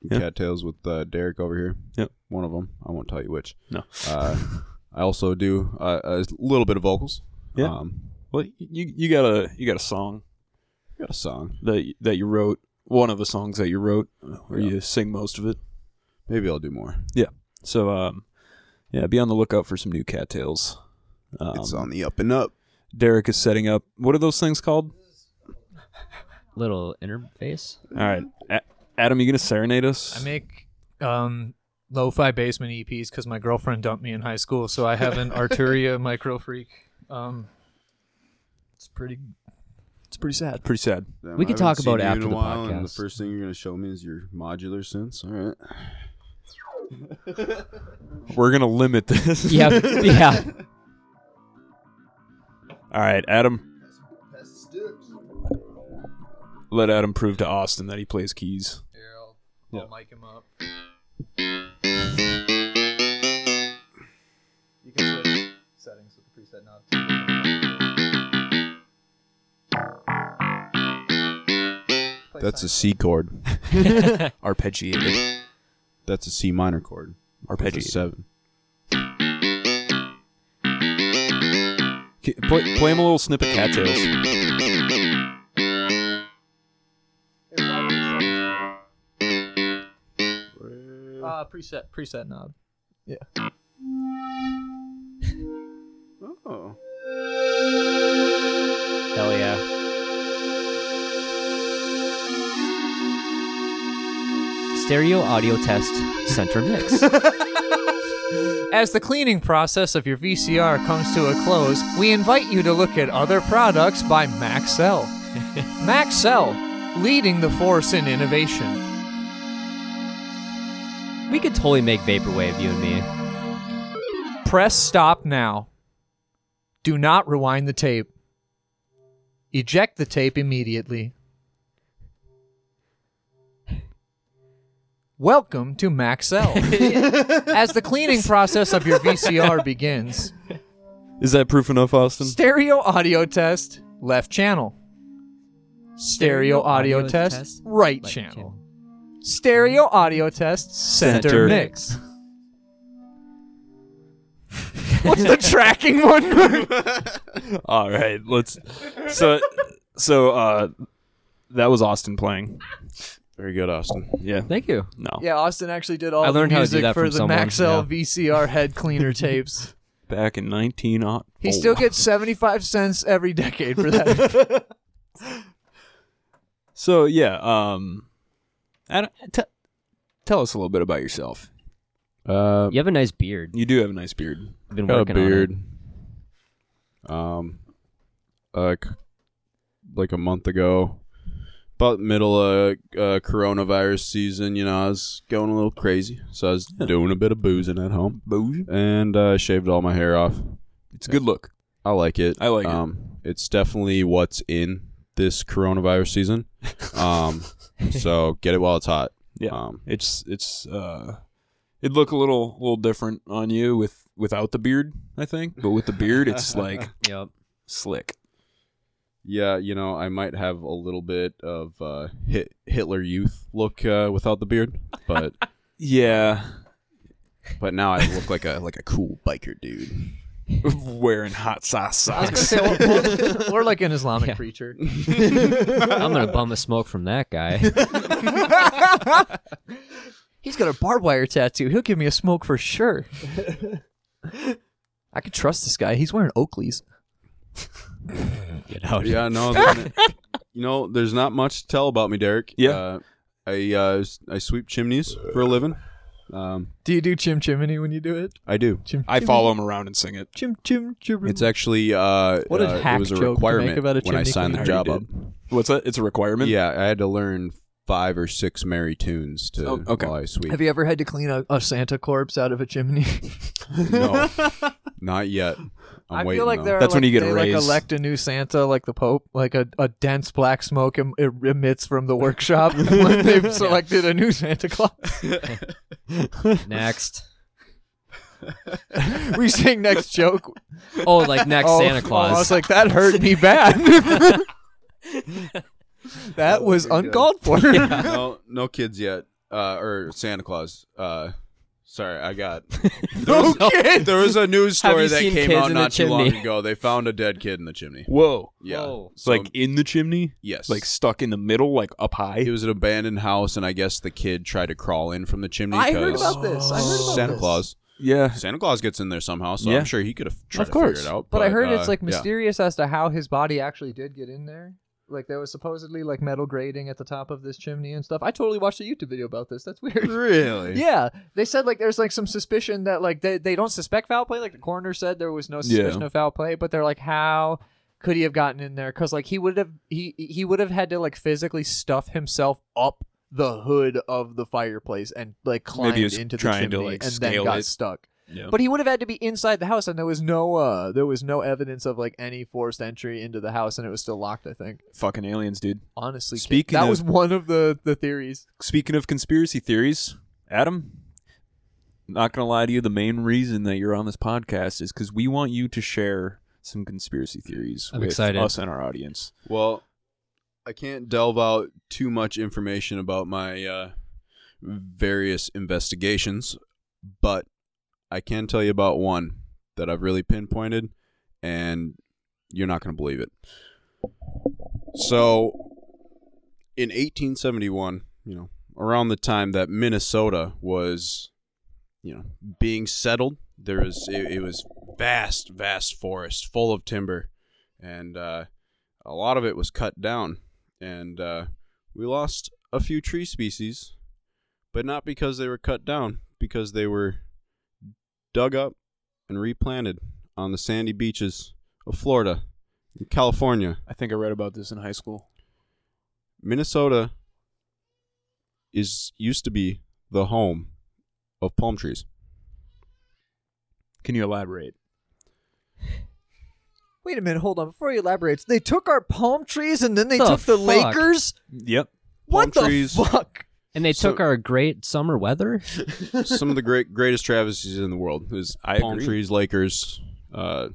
[SPEAKER 3] and
[SPEAKER 1] Yeah.
[SPEAKER 3] cattails with uh, Derek over here.
[SPEAKER 1] Yep.
[SPEAKER 3] one of them. I won't tell you which.
[SPEAKER 1] No.
[SPEAKER 3] Uh, I also do uh, a little bit of vocals.
[SPEAKER 1] Yeah.
[SPEAKER 3] um,
[SPEAKER 1] Well, you you got a you got a song
[SPEAKER 3] I got a song.
[SPEAKER 1] that that you wrote. One of the songs that you wrote, where
[SPEAKER 3] Yeah.
[SPEAKER 1] you sing most of it.
[SPEAKER 3] Maybe I'll do more.
[SPEAKER 1] So, um, yeah, be on the lookout for some new cattails. Um,
[SPEAKER 3] it's on the up and up.
[SPEAKER 1] Derek is setting up. What are those things called?
[SPEAKER 4] Little interface.
[SPEAKER 1] All right, A- Adam, you gonna serenade us?
[SPEAKER 5] I make um lo-fi basement EPs because my girlfriend dumped me in high school, so I have an Arturia micro freak. Um, it's pretty. It's pretty sad.
[SPEAKER 1] pretty sad.
[SPEAKER 3] Damn,
[SPEAKER 4] We
[SPEAKER 3] Um, I
[SPEAKER 4] could
[SPEAKER 3] haven't
[SPEAKER 4] talk
[SPEAKER 3] seen
[SPEAKER 4] about it
[SPEAKER 3] you in
[SPEAKER 4] after
[SPEAKER 3] a
[SPEAKER 4] the
[SPEAKER 3] while, And the
[SPEAKER 4] podcast.
[SPEAKER 3] first thing you're going to show me is your modular synths. All right.
[SPEAKER 1] We're gonna limit
[SPEAKER 5] (laughs)
[SPEAKER 1] this.
[SPEAKER 4] Yeah, (laughs) yeah.
[SPEAKER 1] All right, Adam. Let Adam prove to Austin that he plays keys.
[SPEAKER 5] I'll mic him up. You can switch settings with the preset knob.
[SPEAKER 3] That's a C chord.
[SPEAKER 1] Arpeggiated.
[SPEAKER 3] That's a C minor chord. That's a
[SPEAKER 1] Arpeggiated.
[SPEAKER 3] seven.
[SPEAKER 1] K- Play, play him a little snippet of cattails.
[SPEAKER 5] Uh, preset preset knob.
[SPEAKER 3] Oh.
[SPEAKER 4] Hell yeah. Stereo audio test center
[SPEAKER 5] (laughs)
[SPEAKER 4] mix.
[SPEAKER 5] As the cleaning process of your VCR comes to a close, we invite you to look at other products by Maxell. Maxell, leading the force in innovation.
[SPEAKER 4] we could totally make vaporwave, you and me.
[SPEAKER 5] Press stop now. Do not rewind the tape. Eject the tape immediately. Welcome to Maxell. As the cleaning process of your VCR begins,
[SPEAKER 1] Is that proof enough, Austin?
[SPEAKER 5] Stereo audio test, left channel. Stereo audio, test, right
[SPEAKER 4] Like,
[SPEAKER 5] channel. Stereo audio test, center,
[SPEAKER 1] Center.
[SPEAKER 5] mix. What's
[SPEAKER 1] (laughs)
[SPEAKER 5] the tracking one?
[SPEAKER 1] All right, let's. So, so uh, that was Austin playing.
[SPEAKER 3] Very good, Austin.
[SPEAKER 1] Yeah.
[SPEAKER 4] Thank you.
[SPEAKER 1] No.
[SPEAKER 5] yeah, Austin actually did all
[SPEAKER 4] I
[SPEAKER 5] the
[SPEAKER 4] learned how to do
[SPEAKER 5] music
[SPEAKER 4] that
[SPEAKER 5] for
[SPEAKER 4] from
[SPEAKER 5] the
[SPEAKER 4] someone,
[SPEAKER 5] Maxell
[SPEAKER 4] yeah.
[SPEAKER 5] VCR head (laughs) cleaner tapes.
[SPEAKER 1] Back in nineteen. oh-
[SPEAKER 5] He still gets 75 cents every decade for
[SPEAKER 4] (laughs)
[SPEAKER 5] that.
[SPEAKER 1] So yeah. Um. Adam, t- tell us a little bit about yourself.
[SPEAKER 3] Uh,
[SPEAKER 4] You have a nice beard.
[SPEAKER 1] You do have a nice beard.
[SPEAKER 4] You've been
[SPEAKER 3] got a
[SPEAKER 4] working on it.
[SPEAKER 3] beard. Um, like like a month ago, about middle of uh, coronavirus season, you know, I was going a little crazy, so I was doing a bit of boozing at home,
[SPEAKER 1] Booze.
[SPEAKER 3] and uh, I shaved all my hair off.
[SPEAKER 1] It's a good look.
[SPEAKER 3] I like it.
[SPEAKER 1] I like it.
[SPEAKER 3] um, it. It's definitely what's in this
[SPEAKER 1] (laughs)
[SPEAKER 3] coronavirus season. Um, so get it while it's hot.
[SPEAKER 1] Yeah.
[SPEAKER 3] Um,
[SPEAKER 1] It's it's uh, it'd look a little little different on you with without the beard, I think. But with the beard, it's like
[SPEAKER 4] Yep.
[SPEAKER 1] slick.
[SPEAKER 3] yeah, you know, I might have a little bit of uh, hit Hitler youth look uh, without the beard, but
[SPEAKER 1] Yeah.
[SPEAKER 3] But now I look like a like a cool
[SPEAKER 5] (laughs)
[SPEAKER 3] biker dude.
[SPEAKER 1] Wearing hot sauce
[SPEAKER 5] I was going to
[SPEAKER 1] socks.
[SPEAKER 5] say, we're, we're- we're like an Islamic
[SPEAKER 4] Yeah.
[SPEAKER 5] preacher.
[SPEAKER 4] I'm gonna bum a smoke from that guy.
[SPEAKER 5] (laughs) He's got a barbed wire tattoo. He'll give me a smoke
[SPEAKER 4] (laughs)
[SPEAKER 5] for sure. I could trust this guy. He's wearing Oakleys.
[SPEAKER 4] Get
[SPEAKER 5] Oh,
[SPEAKER 4] out.
[SPEAKER 3] Yeah, no, there's (laughs) n- you know, there's not much to tell about me, Derek.
[SPEAKER 1] Yeah.
[SPEAKER 3] uh, I uh, s- I sweep chimneys for a living. Um,
[SPEAKER 5] Do you do chim chimney when you do it?
[SPEAKER 3] I do.
[SPEAKER 5] Chim,
[SPEAKER 1] I follow him around and sing it.
[SPEAKER 5] Chim chim chim.
[SPEAKER 3] It's actually uh,
[SPEAKER 5] What a
[SPEAKER 3] uh, it
[SPEAKER 5] hack
[SPEAKER 3] was a
[SPEAKER 5] joke to make
[SPEAKER 3] requirement
[SPEAKER 5] about a
[SPEAKER 3] when I
[SPEAKER 5] chimney
[SPEAKER 3] signed the
[SPEAKER 1] cleaner.
[SPEAKER 3] job
[SPEAKER 1] You
[SPEAKER 3] up.
[SPEAKER 1] did. What's that? It's a requirement.
[SPEAKER 3] Yeah, I had to learn five or six merry tunes to
[SPEAKER 1] Oh, okay.
[SPEAKER 3] while I sweep.
[SPEAKER 5] Have you ever had to clean a, a Santa corpse out of a chimney? (laughs)
[SPEAKER 3] no, not yet. I'm
[SPEAKER 5] I
[SPEAKER 3] waiting.
[SPEAKER 5] feel like
[SPEAKER 3] though.
[SPEAKER 5] there are
[SPEAKER 1] That's when
[SPEAKER 5] like-
[SPEAKER 1] you get a
[SPEAKER 5] they, like
[SPEAKER 1] raise.
[SPEAKER 5] elect a new Santa, like the Pope, like a, a dense black smoke em- it emits from the workshop (laughs) when they've selected a new Santa Claus.
[SPEAKER 4] Next.
[SPEAKER 5] we sing next joke.
[SPEAKER 4] Oh, like next
[SPEAKER 5] Oh,
[SPEAKER 4] Santa
[SPEAKER 5] I
[SPEAKER 4] Claus.
[SPEAKER 5] was like, that hurt me bad. (laughs) that was uncalled for.
[SPEAKER 3] no, no kids yet. Uh, or Santa Claus. Uh, sorry,
[SPEAKER 5] (laughs)
[SPEAKER 3] I got.
[SPEAKER 5] No kids.
[SPEAKER 3] There was a news
[SPEAKER 4] Have
[SPEAKER 3] story
[SPEAKER 4] you
[SPEAKER 3] that
[SPEAKER 4] seen
[SPEAKER 3] came
[SPEAKER 4] Kids
[SPEAKER 3] out
[SPEAKER 4] in the
[SPEAKER 3] not too long
[SPEAKER 4] Chimney?
[SPEAKER 3] ago. They found a dead kid in the chimney.
[SPEAKER 1] Whoa.
[SPEAKER 3] Yeah,
[SPEAKER 4] Whoa.
[SPEAKER 1] It's
[SPEAKER 3] so,
[SPEAKER 1] like in the chimney,
[SPEAKER 3] yes,
[SPEAKER 1] like stuck in the middle, like up high.
[SPEAKER 3] it was an abandoned house, and I guess the kid tried to crawl in from the chimney.
[SPEAKER 5] I heard
[SPEAKER 3] 'cause
[SPEAKER 5] about this. I heard about
[SPEAKER 3] Santa
[SPEAKER 5] this.
[SPEAKER 3] Claus.
[SPEAKER 1] Yeah.
[SPEAKER 3] Santa Claus gets in there somehow, so
[SPEAKER 1] Yeah.
[SPEAKER 3] I'm sure he could have tried
[SPEAKER 5] of course.
[SPEAKER 3] to figure it out.
[SPEAKER 5] but, I heard it's
[SPEAKER 3] uh,
[SPEAKER 5] like (laughs)
[SPEAKER 3] yeah.
[SPEAKER 5] mysterious as to how his body actually did get in there. Like there was supposedly like metal grating at the top of this chimney and stuff. I totally watched a YouTube video about this. That's weird. (laughs)
[SPEAKER 3] Really?
[SPEAKER 5] Yeah, they said like there's like some suspicion that like they, they don't suspect foul play. Like the coroner said there was no suspicion
[SPEAKER 1] Yeah.
[SPEAKER 5] of foul play, but they're like, how could he have gotten in there? Because like he would have he he would have had to like physically stuff himself up the hood of the fireplace and like climbed
[SPEAKER 1] he was
[SPEAKER 5] into the
[SPEAKER 1] trying
[SPEAKER 5] chimney
[SPEAKER 1] to, like,
[SPEAKER 5] and then
[SPEAKER 1] scale
[SPEAKER 5] got
[SPEAKER 1] it.
[SPEAKER 5] stuck.
[SPEAKER 1] Yeah.
[SPEAKER 5] But he would have had to be inside the house, and there was no uh there was no evidence of like any forced entry into the house, and it was still locked. I think
[SPEAKER 1] Fucking aliens, dude.
[SPEAKER 5] honestly, kid,
[SPEAKER 1] Speaking
[SPEAKER 5] that
[SPEAKER 1] of-
[SPEAKER 5] was one of the the theories.
[SPEAKER 1] Speaking of conspiracy theories, Adam, not going to lie to you, the main reason that you're on this podcast is because we want you to share some conspiracy theories
[SPEAKER 4] I'm
[SPEAKER 1] with
[SPEAKER 4] excited.
[SPEAKER 1] us and our audience.
[SPEAKER 3] Well, I can't delve out too much information about my uh, various investigations, but I can tell you about one that I've really pinpointed, and you're not going to believe it. So, in 1871, you know, around the time that Minnesota was, you know, being settled, there was it, it was vast, vast forest full of timber, and uh, a lot of it was cut down, and uh, we lost a few tree species, but not because they were cut down, because they were dug up and replanted on the sandy beaches of Florida, and California,
[SPEAKER 1] I think I read about this in high school.
[SPEAKER 3] Minnesota. Is used to be the home of palm trees.
[SPEAKER 1] Can you elaborate?
[SPEAKER 5] Wait a minute, hold on. Before he elaborates, they took our palm trees and then they
[SPEAKER 4] The
[SPEAKER 5] took the
[SPEAKER 4] fuck?
[SPEAKER 5] Lakers.
[SPEAKER 1] Yep.
[SPEAKER 5] What
[SPEAKER 3] Palm
[SPEAKER 5] the
[SPEAKER 3] trees.
[SPEAKER 5] fuck?
[SPEAKER 4] And they
[SPEAKER 3] So-
[SPEAKER 4] took our great summer weather.
[SPEAKER 3] Some of
[SPEAKER 1] (laughs)
[SPEAKER 3] the great greatest travesties in the world is
[SPEAKER 1] I
[SPEAKER 3] palm
[SPEAKER 1] agree.
[SPEAKER 3] trees, Lakers, uh,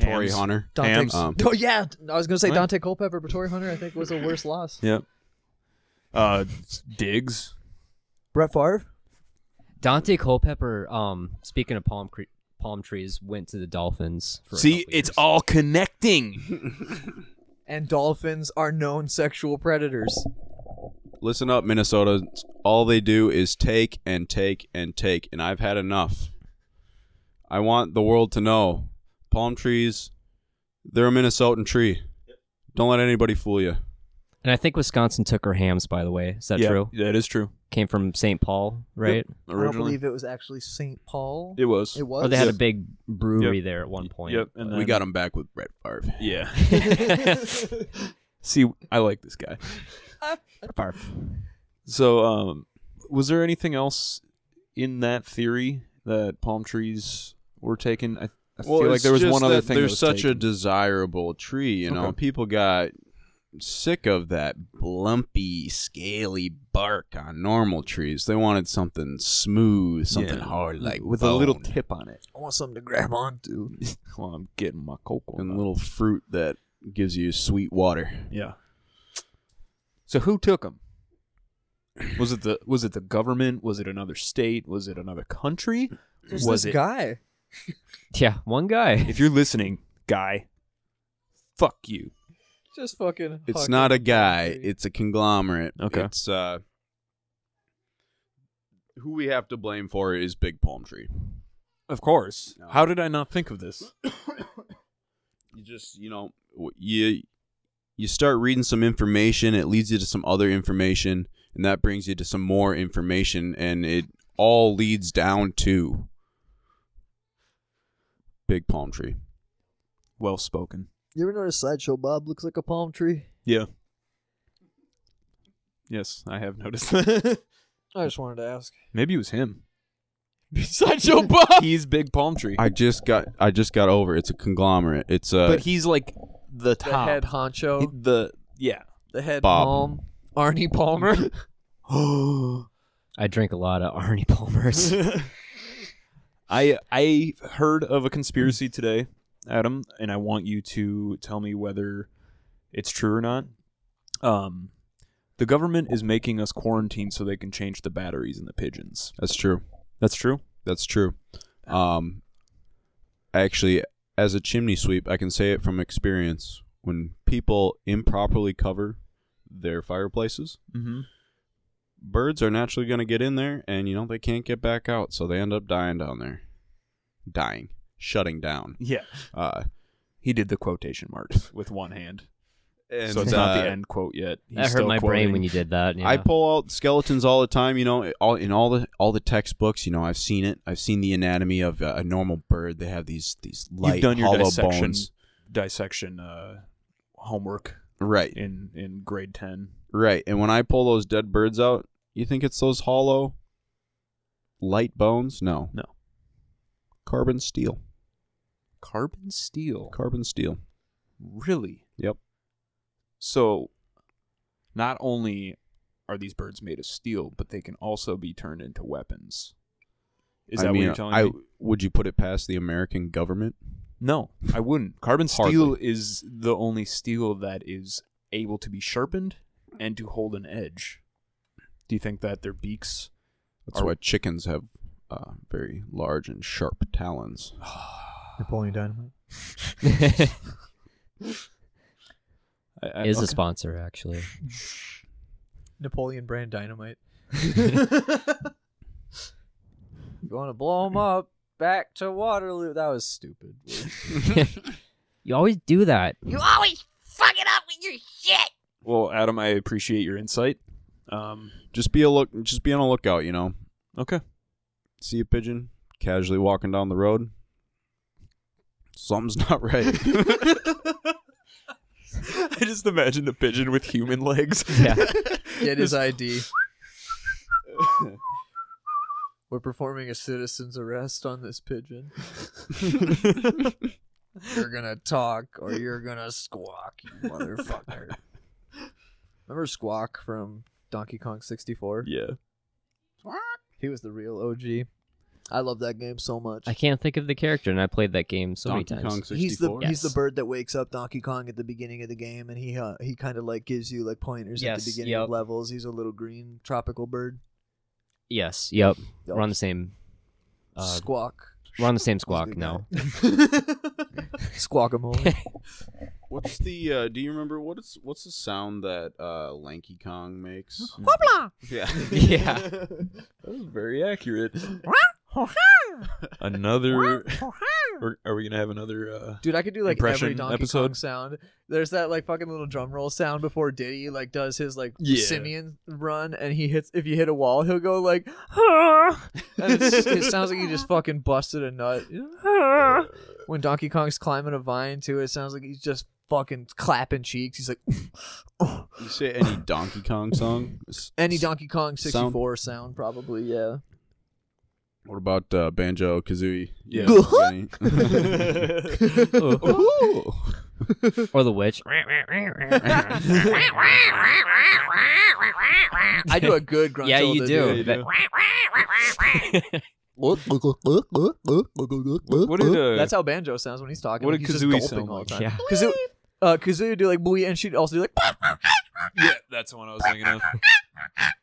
[SPEAKER 3] Tory
[SPEAKER 1] Hams.
[SPEAKER 3] Hunter.
[SPEAKER 5] Dante.
[SPEAKER 1] Hams.
[SPEAKER 3] Um,
[SPEAKER 5] oh yeah, I was gonna say
[SPEAKER 1] What?
[SPEAKER 5] Dante Culpepper, but Torrey Hunter, I think was a worse loss.
[SPEAKER 1] Yep. Uh, Diggs.
[SPEAKER 5] Brett Favre.
[SPEAKER 4] Dante Culpepper, um, speaking of palm cre- palm trees, went to the Dolphins. For a
[SPEAKER 1] See,
[SPEAKER 4] couple
[SPEAKER 1] it's
[SPEAKER 4] years.
[SPEAKER 1] all connecting.
[SPEAKER 5] And dolphins are known sexual predators.
[SPEAKER 3] listen up, Minnesota. All they do is take and take and take, and I've had enough. I want the world to know palm trees, they're a Minnesotan tree. Don't let anybody fool you.
[SPEAKER 4] And I think Wisconsin took our hams. By the way, is that
[SPEAKER 1] Yeah,
[SPEAKER 4] true?
[SPEAKER 1] That is true.
[SPEAKER 4] Came from St. Paul, right?
[SPEAKER 1] Originally,
[SPEAKER 5] I don't believe it was actually St. Paul.
[SPEAKER 1] it was.
[SPEAKER 5] It was.
[SPEAKER 4] Or Oh, they had a
[SPEAKER 1] Yep.
[SPEAKER 4] big brewery
[SPEAKER 1] Yep.
[SPEAKER 4] there at one point.
[SPEAKER 1] Yep. And
[SPEAKER 3] we
[SPEAKER 1] then-
[SPEAKER 3] got them back with Brett Favre.
[SPEAKER 1] Yeah. (laughs) See, I like this guy. So, um, was there anything else in that theory that palm trees were taken? I, I feel like there was one other thing. that
[SPEAKER 3] There's
[SPEAKER 1] was
[SPEAKER 3] such a
[SPEAKER 1] taken.
[SPEAKER 3] desirable tree, you know.
[SPEAKER 1] Okay.
[SPEAKER 3] People got sick of that lumpy, scaly bark on normal trees. They wanted something smooth, something
[SPEAKER 1] Yeah.
[SPEAKER 3] hard, like
[SPEAKER 1] with a little
[SPEAKER 3] bone.
[SPEAKER 1] tip on it.
[SPEAKER 5] I want something to grab onto.
[SPEAKER 1] (laughs) Well, I'm getting my cocoa.
[SPEAKER 3] and
[SPEAKER 1] nut.
[SPEAKER 3] little fruit that gives you sweet water.
[SPEAKER 1] yeah. So who took them? Was it the was it the government? Was it another state? Was it another country?
[SPEAKER 5] There's
[SPEAKER 1] was
[SPEAKER 5] this
[SPEAKER 1] it?
[SPEAKER 5] guy.
[SPEAKER 4] Yeah,
[SPEAKER 1] (laughs)
[SPEAKER 4] one guy.
[SPEAKER 1] If you're listening, guy, fuck you.
[SPEAKER 5] Just fucking.
[SPEAKER 3] It's
[SPEAKER 5] hucking
[SPEAKER 3] not a
[SPEAKER 5] palm
[SPEAKER 3] guy,
[SPEAKER 5] tree.
[SPEAKER 3] it's a conglomerate.
[SPEAKER 1] Okay.
[SPEAKER 3] It's uh who we have to blame for is Big Palm Tree.
[SPEAKER 1] Of course. How did I not think of this?
[SPEAKER 3] You just, you know, w- you you start reading some information, it leads you to some other information, and that brings you to some more information and it all leads down to Big Palm Tree.
[SPEAKER 1] Well spoken.
[SPEAKER 5] You ever notice sideshow Bob looks like a palm tree?
[SPEAKER 1] Yeah. Yes, I have noticed that.
[SPEAKER 5] I just wanted to
[SPEAKER 3] (laughs)
[SPEAKER 5] ask. (laughs)
[SPEAKER 1] Maybe it was him.
[SPEAKER 5] sideshow Bob.
[SPEAKER 1] He's big palm tree.
[SPEAKER 3] I just got I just got over. it. It's a conglomerate. It's uh
[SPEAKER 1] but he's like the
[SPEAKER 5] The
[SPEAKER 1] top.
[SPEAKER 5] head honcho.
[SPEAKER 1] He- the yeah.
[SPEAKER 5] the head
[SPEAKER 3] Bob.
[SPEAKER 5] palm, Arnie (gasps)
[SPEAKER 3] (laughs)
[SPEAKER 5] Palmer.
[SPEAKER 4] I drink a lot of Arnie
[SPEAKER 1] (laughs)
[SPEAKER 4] Palmer's.
[SPEAKER 1] I I heard of a conspiracy today, Adam, and I want you to tell me whether it's true or not. Um the government is making us quarantine so they can change the batteries in the pigeons.
[SPEAKER 3] that's true.
[SPEAKER 1] That's true.
[SPEAKER 3] That's true. Um, actually, as a chimney sweep, I can say it from experience. When people improperly cover their fireplaces,
[SPEAKER 1] Mm-hmm.
[SPEAKER 3] birds are naturally going to get in there and you know they can't get back out so they end up dying down there dying shutting down
[SPEAKER 1] Yeah.
[SPEAKER 3] uh
[SPEAKER 1] He did the quotation marks with one hand.
[SPEAKER 3] and
[SPEAKER 1] so it's not
[SPEAKER 3] uh,
[SPEAKER 1] the end quote yet. He's
[SPEAKER 4] that hurt
[SPEAKER 1] still
[SPEAKER 4] my brain
[SPEAKER 1] quoting.
[SPEAKER 4] when you did that.
[SPEAKER 3] I
[SPEAKER 4] yeah.
[SPEAKER 3] pull out skeletons all the time, you know, all in all the all the textbooks, you know, I've seen it. I've seen the anatomy of a, a normal bird. They have these these light
[SPEAKER 1] You've done your
[SPEAKER 3] hollow
[SPEAKER 1] dissection
[SPEAKER 3] bones.
[SPEAKER 1] dissection uh, homework
[SPEAKER 3] Right.
[SPEAKER 1] in in grade ten.
[SPEAKER 3] Right. And when I pull those dead birds out, you think it's those hollow light bones? No.
[SPEAKER 1] No.
[SPEAKER 3] Carbon steel.
[SPEAKER 1] Carbon steel.
[SPEAKER 3] Carbon steel.
[SPEAKER 1] Really?
[SPEAKER 3] Yep.
[SPEAKER 1] So, not only are these birds made of steel, but they can also be turned into weapons. Is
[SPEAKER 3] I
[SPEAKER 1] that
[SPEAKER 3] mean,
[SPEAKER 1] what you're telling
[SPEAKER 3] I,
[SPEAKER 1] me?
[SPEAKER 3] Would you put it past the American government?
[SPEAKER 1] No, I wouldn't. Carbon
[SPEAKER 3] Hardly.
[SPEAKER 1] steel is the only steel that is able to be sharpened and to hold an edge. Do you think that their beaks?
[SPEAKER 3] That's
[SPEAKER 1] Are-
[SPEAKER 3] why chickens have uh, very large and sharp talons.
[SPEAKER 5] Napoleon Dynamite.
[SPEAKER 4] (laughs)
[SPEAKER 1] I, (laughs) I,
[SPEAKER 4] is a
[SPEAKER 1] okay.
[SPEAKER 4] sponsor actually.
[SPEAKER 5] Napoleon Brand Dynamite. you want to blow him up? Back to Waterloo. That was stupid.
[SPEAKER 4] (laughs)
[SPEAKER 5] (laughs)
[SPEAKER 4] You always do that.
[SPEAKER 6] You always fuck it up with your shit.
[SPEAKER 1] Well, Adam, I appreciate your insight. Um,
[SPEAKER 3] Just be a look. Just be on a lookout. You know,
[SPEAKER 1] okay,
[SPEAKER 3] see a pigeon casually walking down the road. Something's (laughs) not right.
[SPEAKER 1] (laughs) I just imagine the pigeon with human legs.
[SPEAKER 4] (laughs) Yeah.
[SPEAKER 5] Get (laughs) his
[SPEAKER 3] (laughs)
[SPEAKER 5] ID. We're performing a citizen's arrest on this pigeon. you're gonna talk or you're gonna squawk, you motherfucker. Remember Squawk from Donkey Kong 64?
[SPEAKER 1] yeah.
[SPEAKER 5] He was the real OG. I love that game so much.
[SPEAKER 4] I can't think of the character, and I played that game so
[SPEAKER 3] Donkey
[SPEAKER 4] many times.
[SPEAKER 3] Kong
[SPEAKER 5] he's the
[SPEAKER 3] 64?
[SPEAKER 5] he's the
[SPEAKER 4] Yes.
[SPEAKER 5] bird that wakes up Donkey Kong at the beginning of the game, and he uh, he kind of like gives you like pointers at
[SPEAKER 4] Yes,
[SPEAKER 5] the beginning
[SPEAKER 4] yep.
[SPEAKER 5] of levels. He's a little green tropical bird.
[SPEAKER 4] Yes. Yep. We're on the
[SPEAKER 5] Yep.
[SPEAKER 4] same. Uh,
[SPEAKER 5] squawk.
[SPEAKER 4] we're on the
[SPEAKER 1] (laughs)
[SPEAKER 4] same
[SPEAKER 5] He's a
[SPEAKER 4] squawk
[SPEAKER 5] good
[SPEAKER 4] now.
[SPEAKER 5] guy. Squawkamole.
[SPEAKER 3] What's the? Uh, do you remember what is? What's the sound that uh, Lanky Kong makes?
[SPEAKER 6] Hoopla.
[SPEAKER 3] yeah. (laughs)
[SPEAKER 4] yeah.
[SPEAKER 1] That was very accurate. (laughs) Another. (laughs) Are, are we gonna have another? Uh,
[SPEAKER 5] Dude, I could do like every
[SPEAKER 1] Impression
[SPEAKER 5] Donkey Kong
[SPEAKER 1] episode.
[SPEAKER 5] sound. There's that like fucking little drum roll sound before Diddy like does his like
[SPEAKER 1] Yeah.
[SPEAKER 5] simian run, and he hits if you hit a wall, he'll go like, (laughs) and it's, it sounds like he just fucking busted a nut. when Donkey Kong's climbing a vine too, it sounds like he's just fucking clapping cheeks. He's like, (laughs)
[SPEAKER 3] You say any Donkey Kong song? S-
[SPEAKER 5] any
[SPEAKER 3] s-
[SPEAKER 5] Donkey Kong 64 sound, probably, yeah. (laughs)
[SPEAKER 3] What about uh, Banjo Kazooie?
[SPEAKER 1] Yeah.
[SPEAKER 3] (laughs)
[SPEAKER 4] Or the
[SPEAKER 1] (laughs)
[SPEAKER 4] witch.
[SPEAKER 5] I do a good grunt.
[SPEAKER 4] yeah, you do.
[SPEAKER 1] you
[SPEAKER 4] That-
[SPEAKER 1] do. what did uh,
[SPEAKER 5] That's how banjo sounds when he's talking.
[SPEAKER 1] What
[SPEAKER 5] like,
[SPEAKER 1] did
[SPEAKER 5] he's just
[SPEAKER 1] Kazooie
[SPEAKER 5] gulping
[SPEAKER 1] sound
[SPEAKER 5] all the
[SPEAKER 1] like?
[SPEAKER 5] time.
[SPEAKER 4] yeah.
[SPEAKER 5] Kazoo, uh, Kazoo do like booey, and she'd also do like (laughs) "Bah!"
[SPEAKER 1] yeah, that's the one I was thinking of.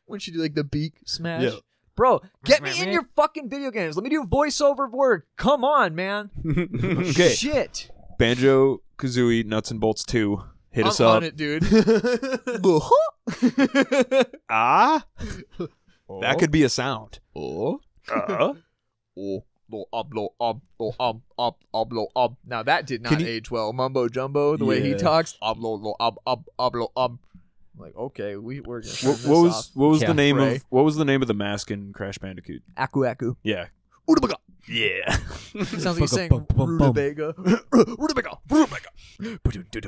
[SPEAKER 5] when she do like the beak smash.
[SPEAKER 1] Yeah.
[SPEAKER 5] Bro, get me in your fucking video games. Let me do voiceover work. Come on, man.
[SPEAKER 1] Okay.
[SPEAKER 5] Shit.
[SPEAKER 1] Banjo Kazooie Nuts and Bolts Two. Hit us
[SPEAKER 5] I'm
[SPEAKER 1] up.
[SPEAKER 5] on it,
[SPEAKER 1] (laughs)
[SPEAKER 5] dude. (laughs) that
[SPEAKER 1] Ah, (laughs) that could be a
[SPEAKER 5] (laughs)
[SPEAKER 1] sound.
[SPEAKER 3] (laughs) Oh.
[SPEAKER 5] Uh-huh.
[SPEAKER 1] Uh,
[SPEAKER 5] Oh, blow up, blow up, blow up, up, up, blow up. Now that did not
[SPEAKER 1] Can you-
[SPEAKER 5] age well. Mumbo jumbo, the way he
[SPEAKER 1] Yeah.
[SPEAKER 5] talks. Up, blow, blow, up, up, up, blow, up. I'm like, okay, we we're gonna turn
[SPEAKER 1] what,
[SPEAKER 5] this
[SPEAKER 1] what was
[SPEAKER 5] off.
[SPEAKER 1] what was
[SPEAKER 4] Yeah.
[SPEAKER 1] the name
[SPEAKER 5] Ray.
[SPEAKER 1] of what was the name of the mask in Crash Bandicoot?
[SPEAKER 5] Aku aku.
[SPEAKER 1] Yeah,
[SPEAKER 5] Rutabaga.
[SPEAKER 1] yeah.
[SPEAKER 5] It sounds like he's saying
[SPEAKER 4] Bum, bum, bum.
[SPEAKER 1] (laughs)
[SPEAKER 5] rutabaga. Rutabaga. Rutabaga.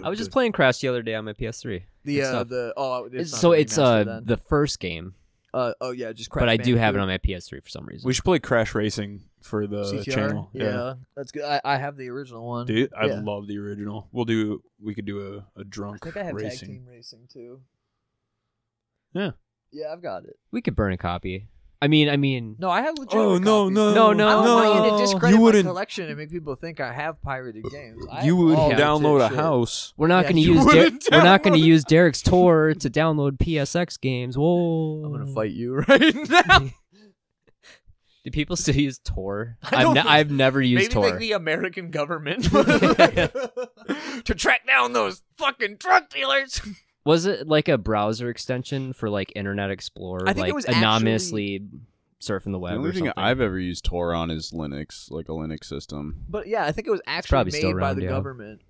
[SPEAKER 4] I was just playing Crash the other day on my PS3.
[SPEAKER 5] the
[SPEAKER 4] it's
[SPEAKER 5] uh,
[SPEAKER 4] not-
[SPEAKER 5] the oh it's not
[SPEAKER 4] so
[SPEAKER 5] the
[SPEAKER 4] it's
[SPEAKER 5] remaster
[SPEAKER 4] uh
[SPEAKER 5] then.
[SPEAKER 4] the first game,
[SPEAKER 5] uh oh yeah just Crash
[SPEAKER 4] but I do have it on
[SPEAKER 5] Bandicoot.
[SPEAKER 4] my PS3 for some reason.
[SPEAKER 1] We should play Crash Racing for the
[SPEAKER 5] CTR.
[SPEAKER 1] channel.
[SPEAKER 5] Yeah. that's good. I, I have the original one.
[SPEAKER 1] Dude, I
[SPEAKER 5] Yeah.
[SPEAKER 1] love the original. We'll do. We could do a, a
[SPEAKER 5] I
[SPEAKER 1] drunk
[SPEAKER 5] think I have tag
[SPEAKER 1] racing.
[SPEAKER 5] team racing too.
[SPEAKER 1] Yeah.
[SPEAKER 5] Yeah, I've got it.
[SPEAKER 4] we could burn a copy. I mean, I mean,
[SPEAKER 5] No, I have legit.
[SPEAKER 1] Oh
[SPEAKER 5] copies.
[SPEAKER 1] no no
[SPEAKER 4] No,
[SPEAKER 5] I don't
[SPEAKER 4] no.
[SPEAKER 5] want you to discredit
[SPEAKER 1] You
[SPEAKER 5] my
[SPEAKER 1] wouldn't-
[SPEAKER 5] collection and make people think I have pirated games. I
[SPEAKER 1] You
[SPEAKER 5] have
[SPEAKER 1] would
[SPEAKER 5] all
[SPEAKER 1] download
[SPEAKER 5] legit
[SPEAKER 1] a
[SPEAKER 5] shit.
[SPEAKER 1] house.
[SPEAKER 4] we're not
[SPEAKER 5] Yeah,
[SPEAKER 4] going to
[SPEAKER 5] you
[SPEAKER 4] use Der-
[SPEAKER 1] wouldn't
[SPEAKER 4] we're not going to
[SPEAKER 1] download-
[SPEAKER 4] use Derek's
[SPEAKER 5] (laughs)
[SPEAKER 4] tour to download PSX games. Whoa,
[SPEAKER 5] I'm gonna fight you (laughs) right now.
[SPEAKER 4] Do people still use Tor?
[SPEAKER 5] (laughs) I
[SPEAKER 4] I've,
[SPEAKER 5] don't
[SPEAKER 4] ne-
[SPEAKER 5] think-
[SPEAKER 4] I've never used
[SPEAKER 5] Maybe
[SPEAKER 4] Tor.
[SPEAKER 5] like the
[SPEAKER 4] (laughs)
[SPEAKER 5] American government
[SPEAKER 6] to track down those fucking drug dealers.
[SPEAKER 4] Was it like a browser extension for like Internet Explorer?
[SPEAKER 1] I think it
[SPEAKER 4] like,
[SPEAKER 1] was
[SPEAKER 4] anonymously surfing the
[SPEAKER 3] The
[SPEAKER 4] web.
[SPEAKER 3] only
[SPEAKER 4] or
[SPEAKER 3] thing
[SPEAKER 4] something?
[SPEAKER 3] I've ever used Tor on is Linux, like a Linux system.
[SPEAKER 5] But yeah, I think it was actually
[SPEAKER 4] probably
[SPEAKER 5] made
[SPEAKER 4] still
[SPEAKER 5] by
[SPEAKER 4] around,
[SPEAKER 5] the
[SPEAKER 4] yeah.
[SPEAKER 5] government,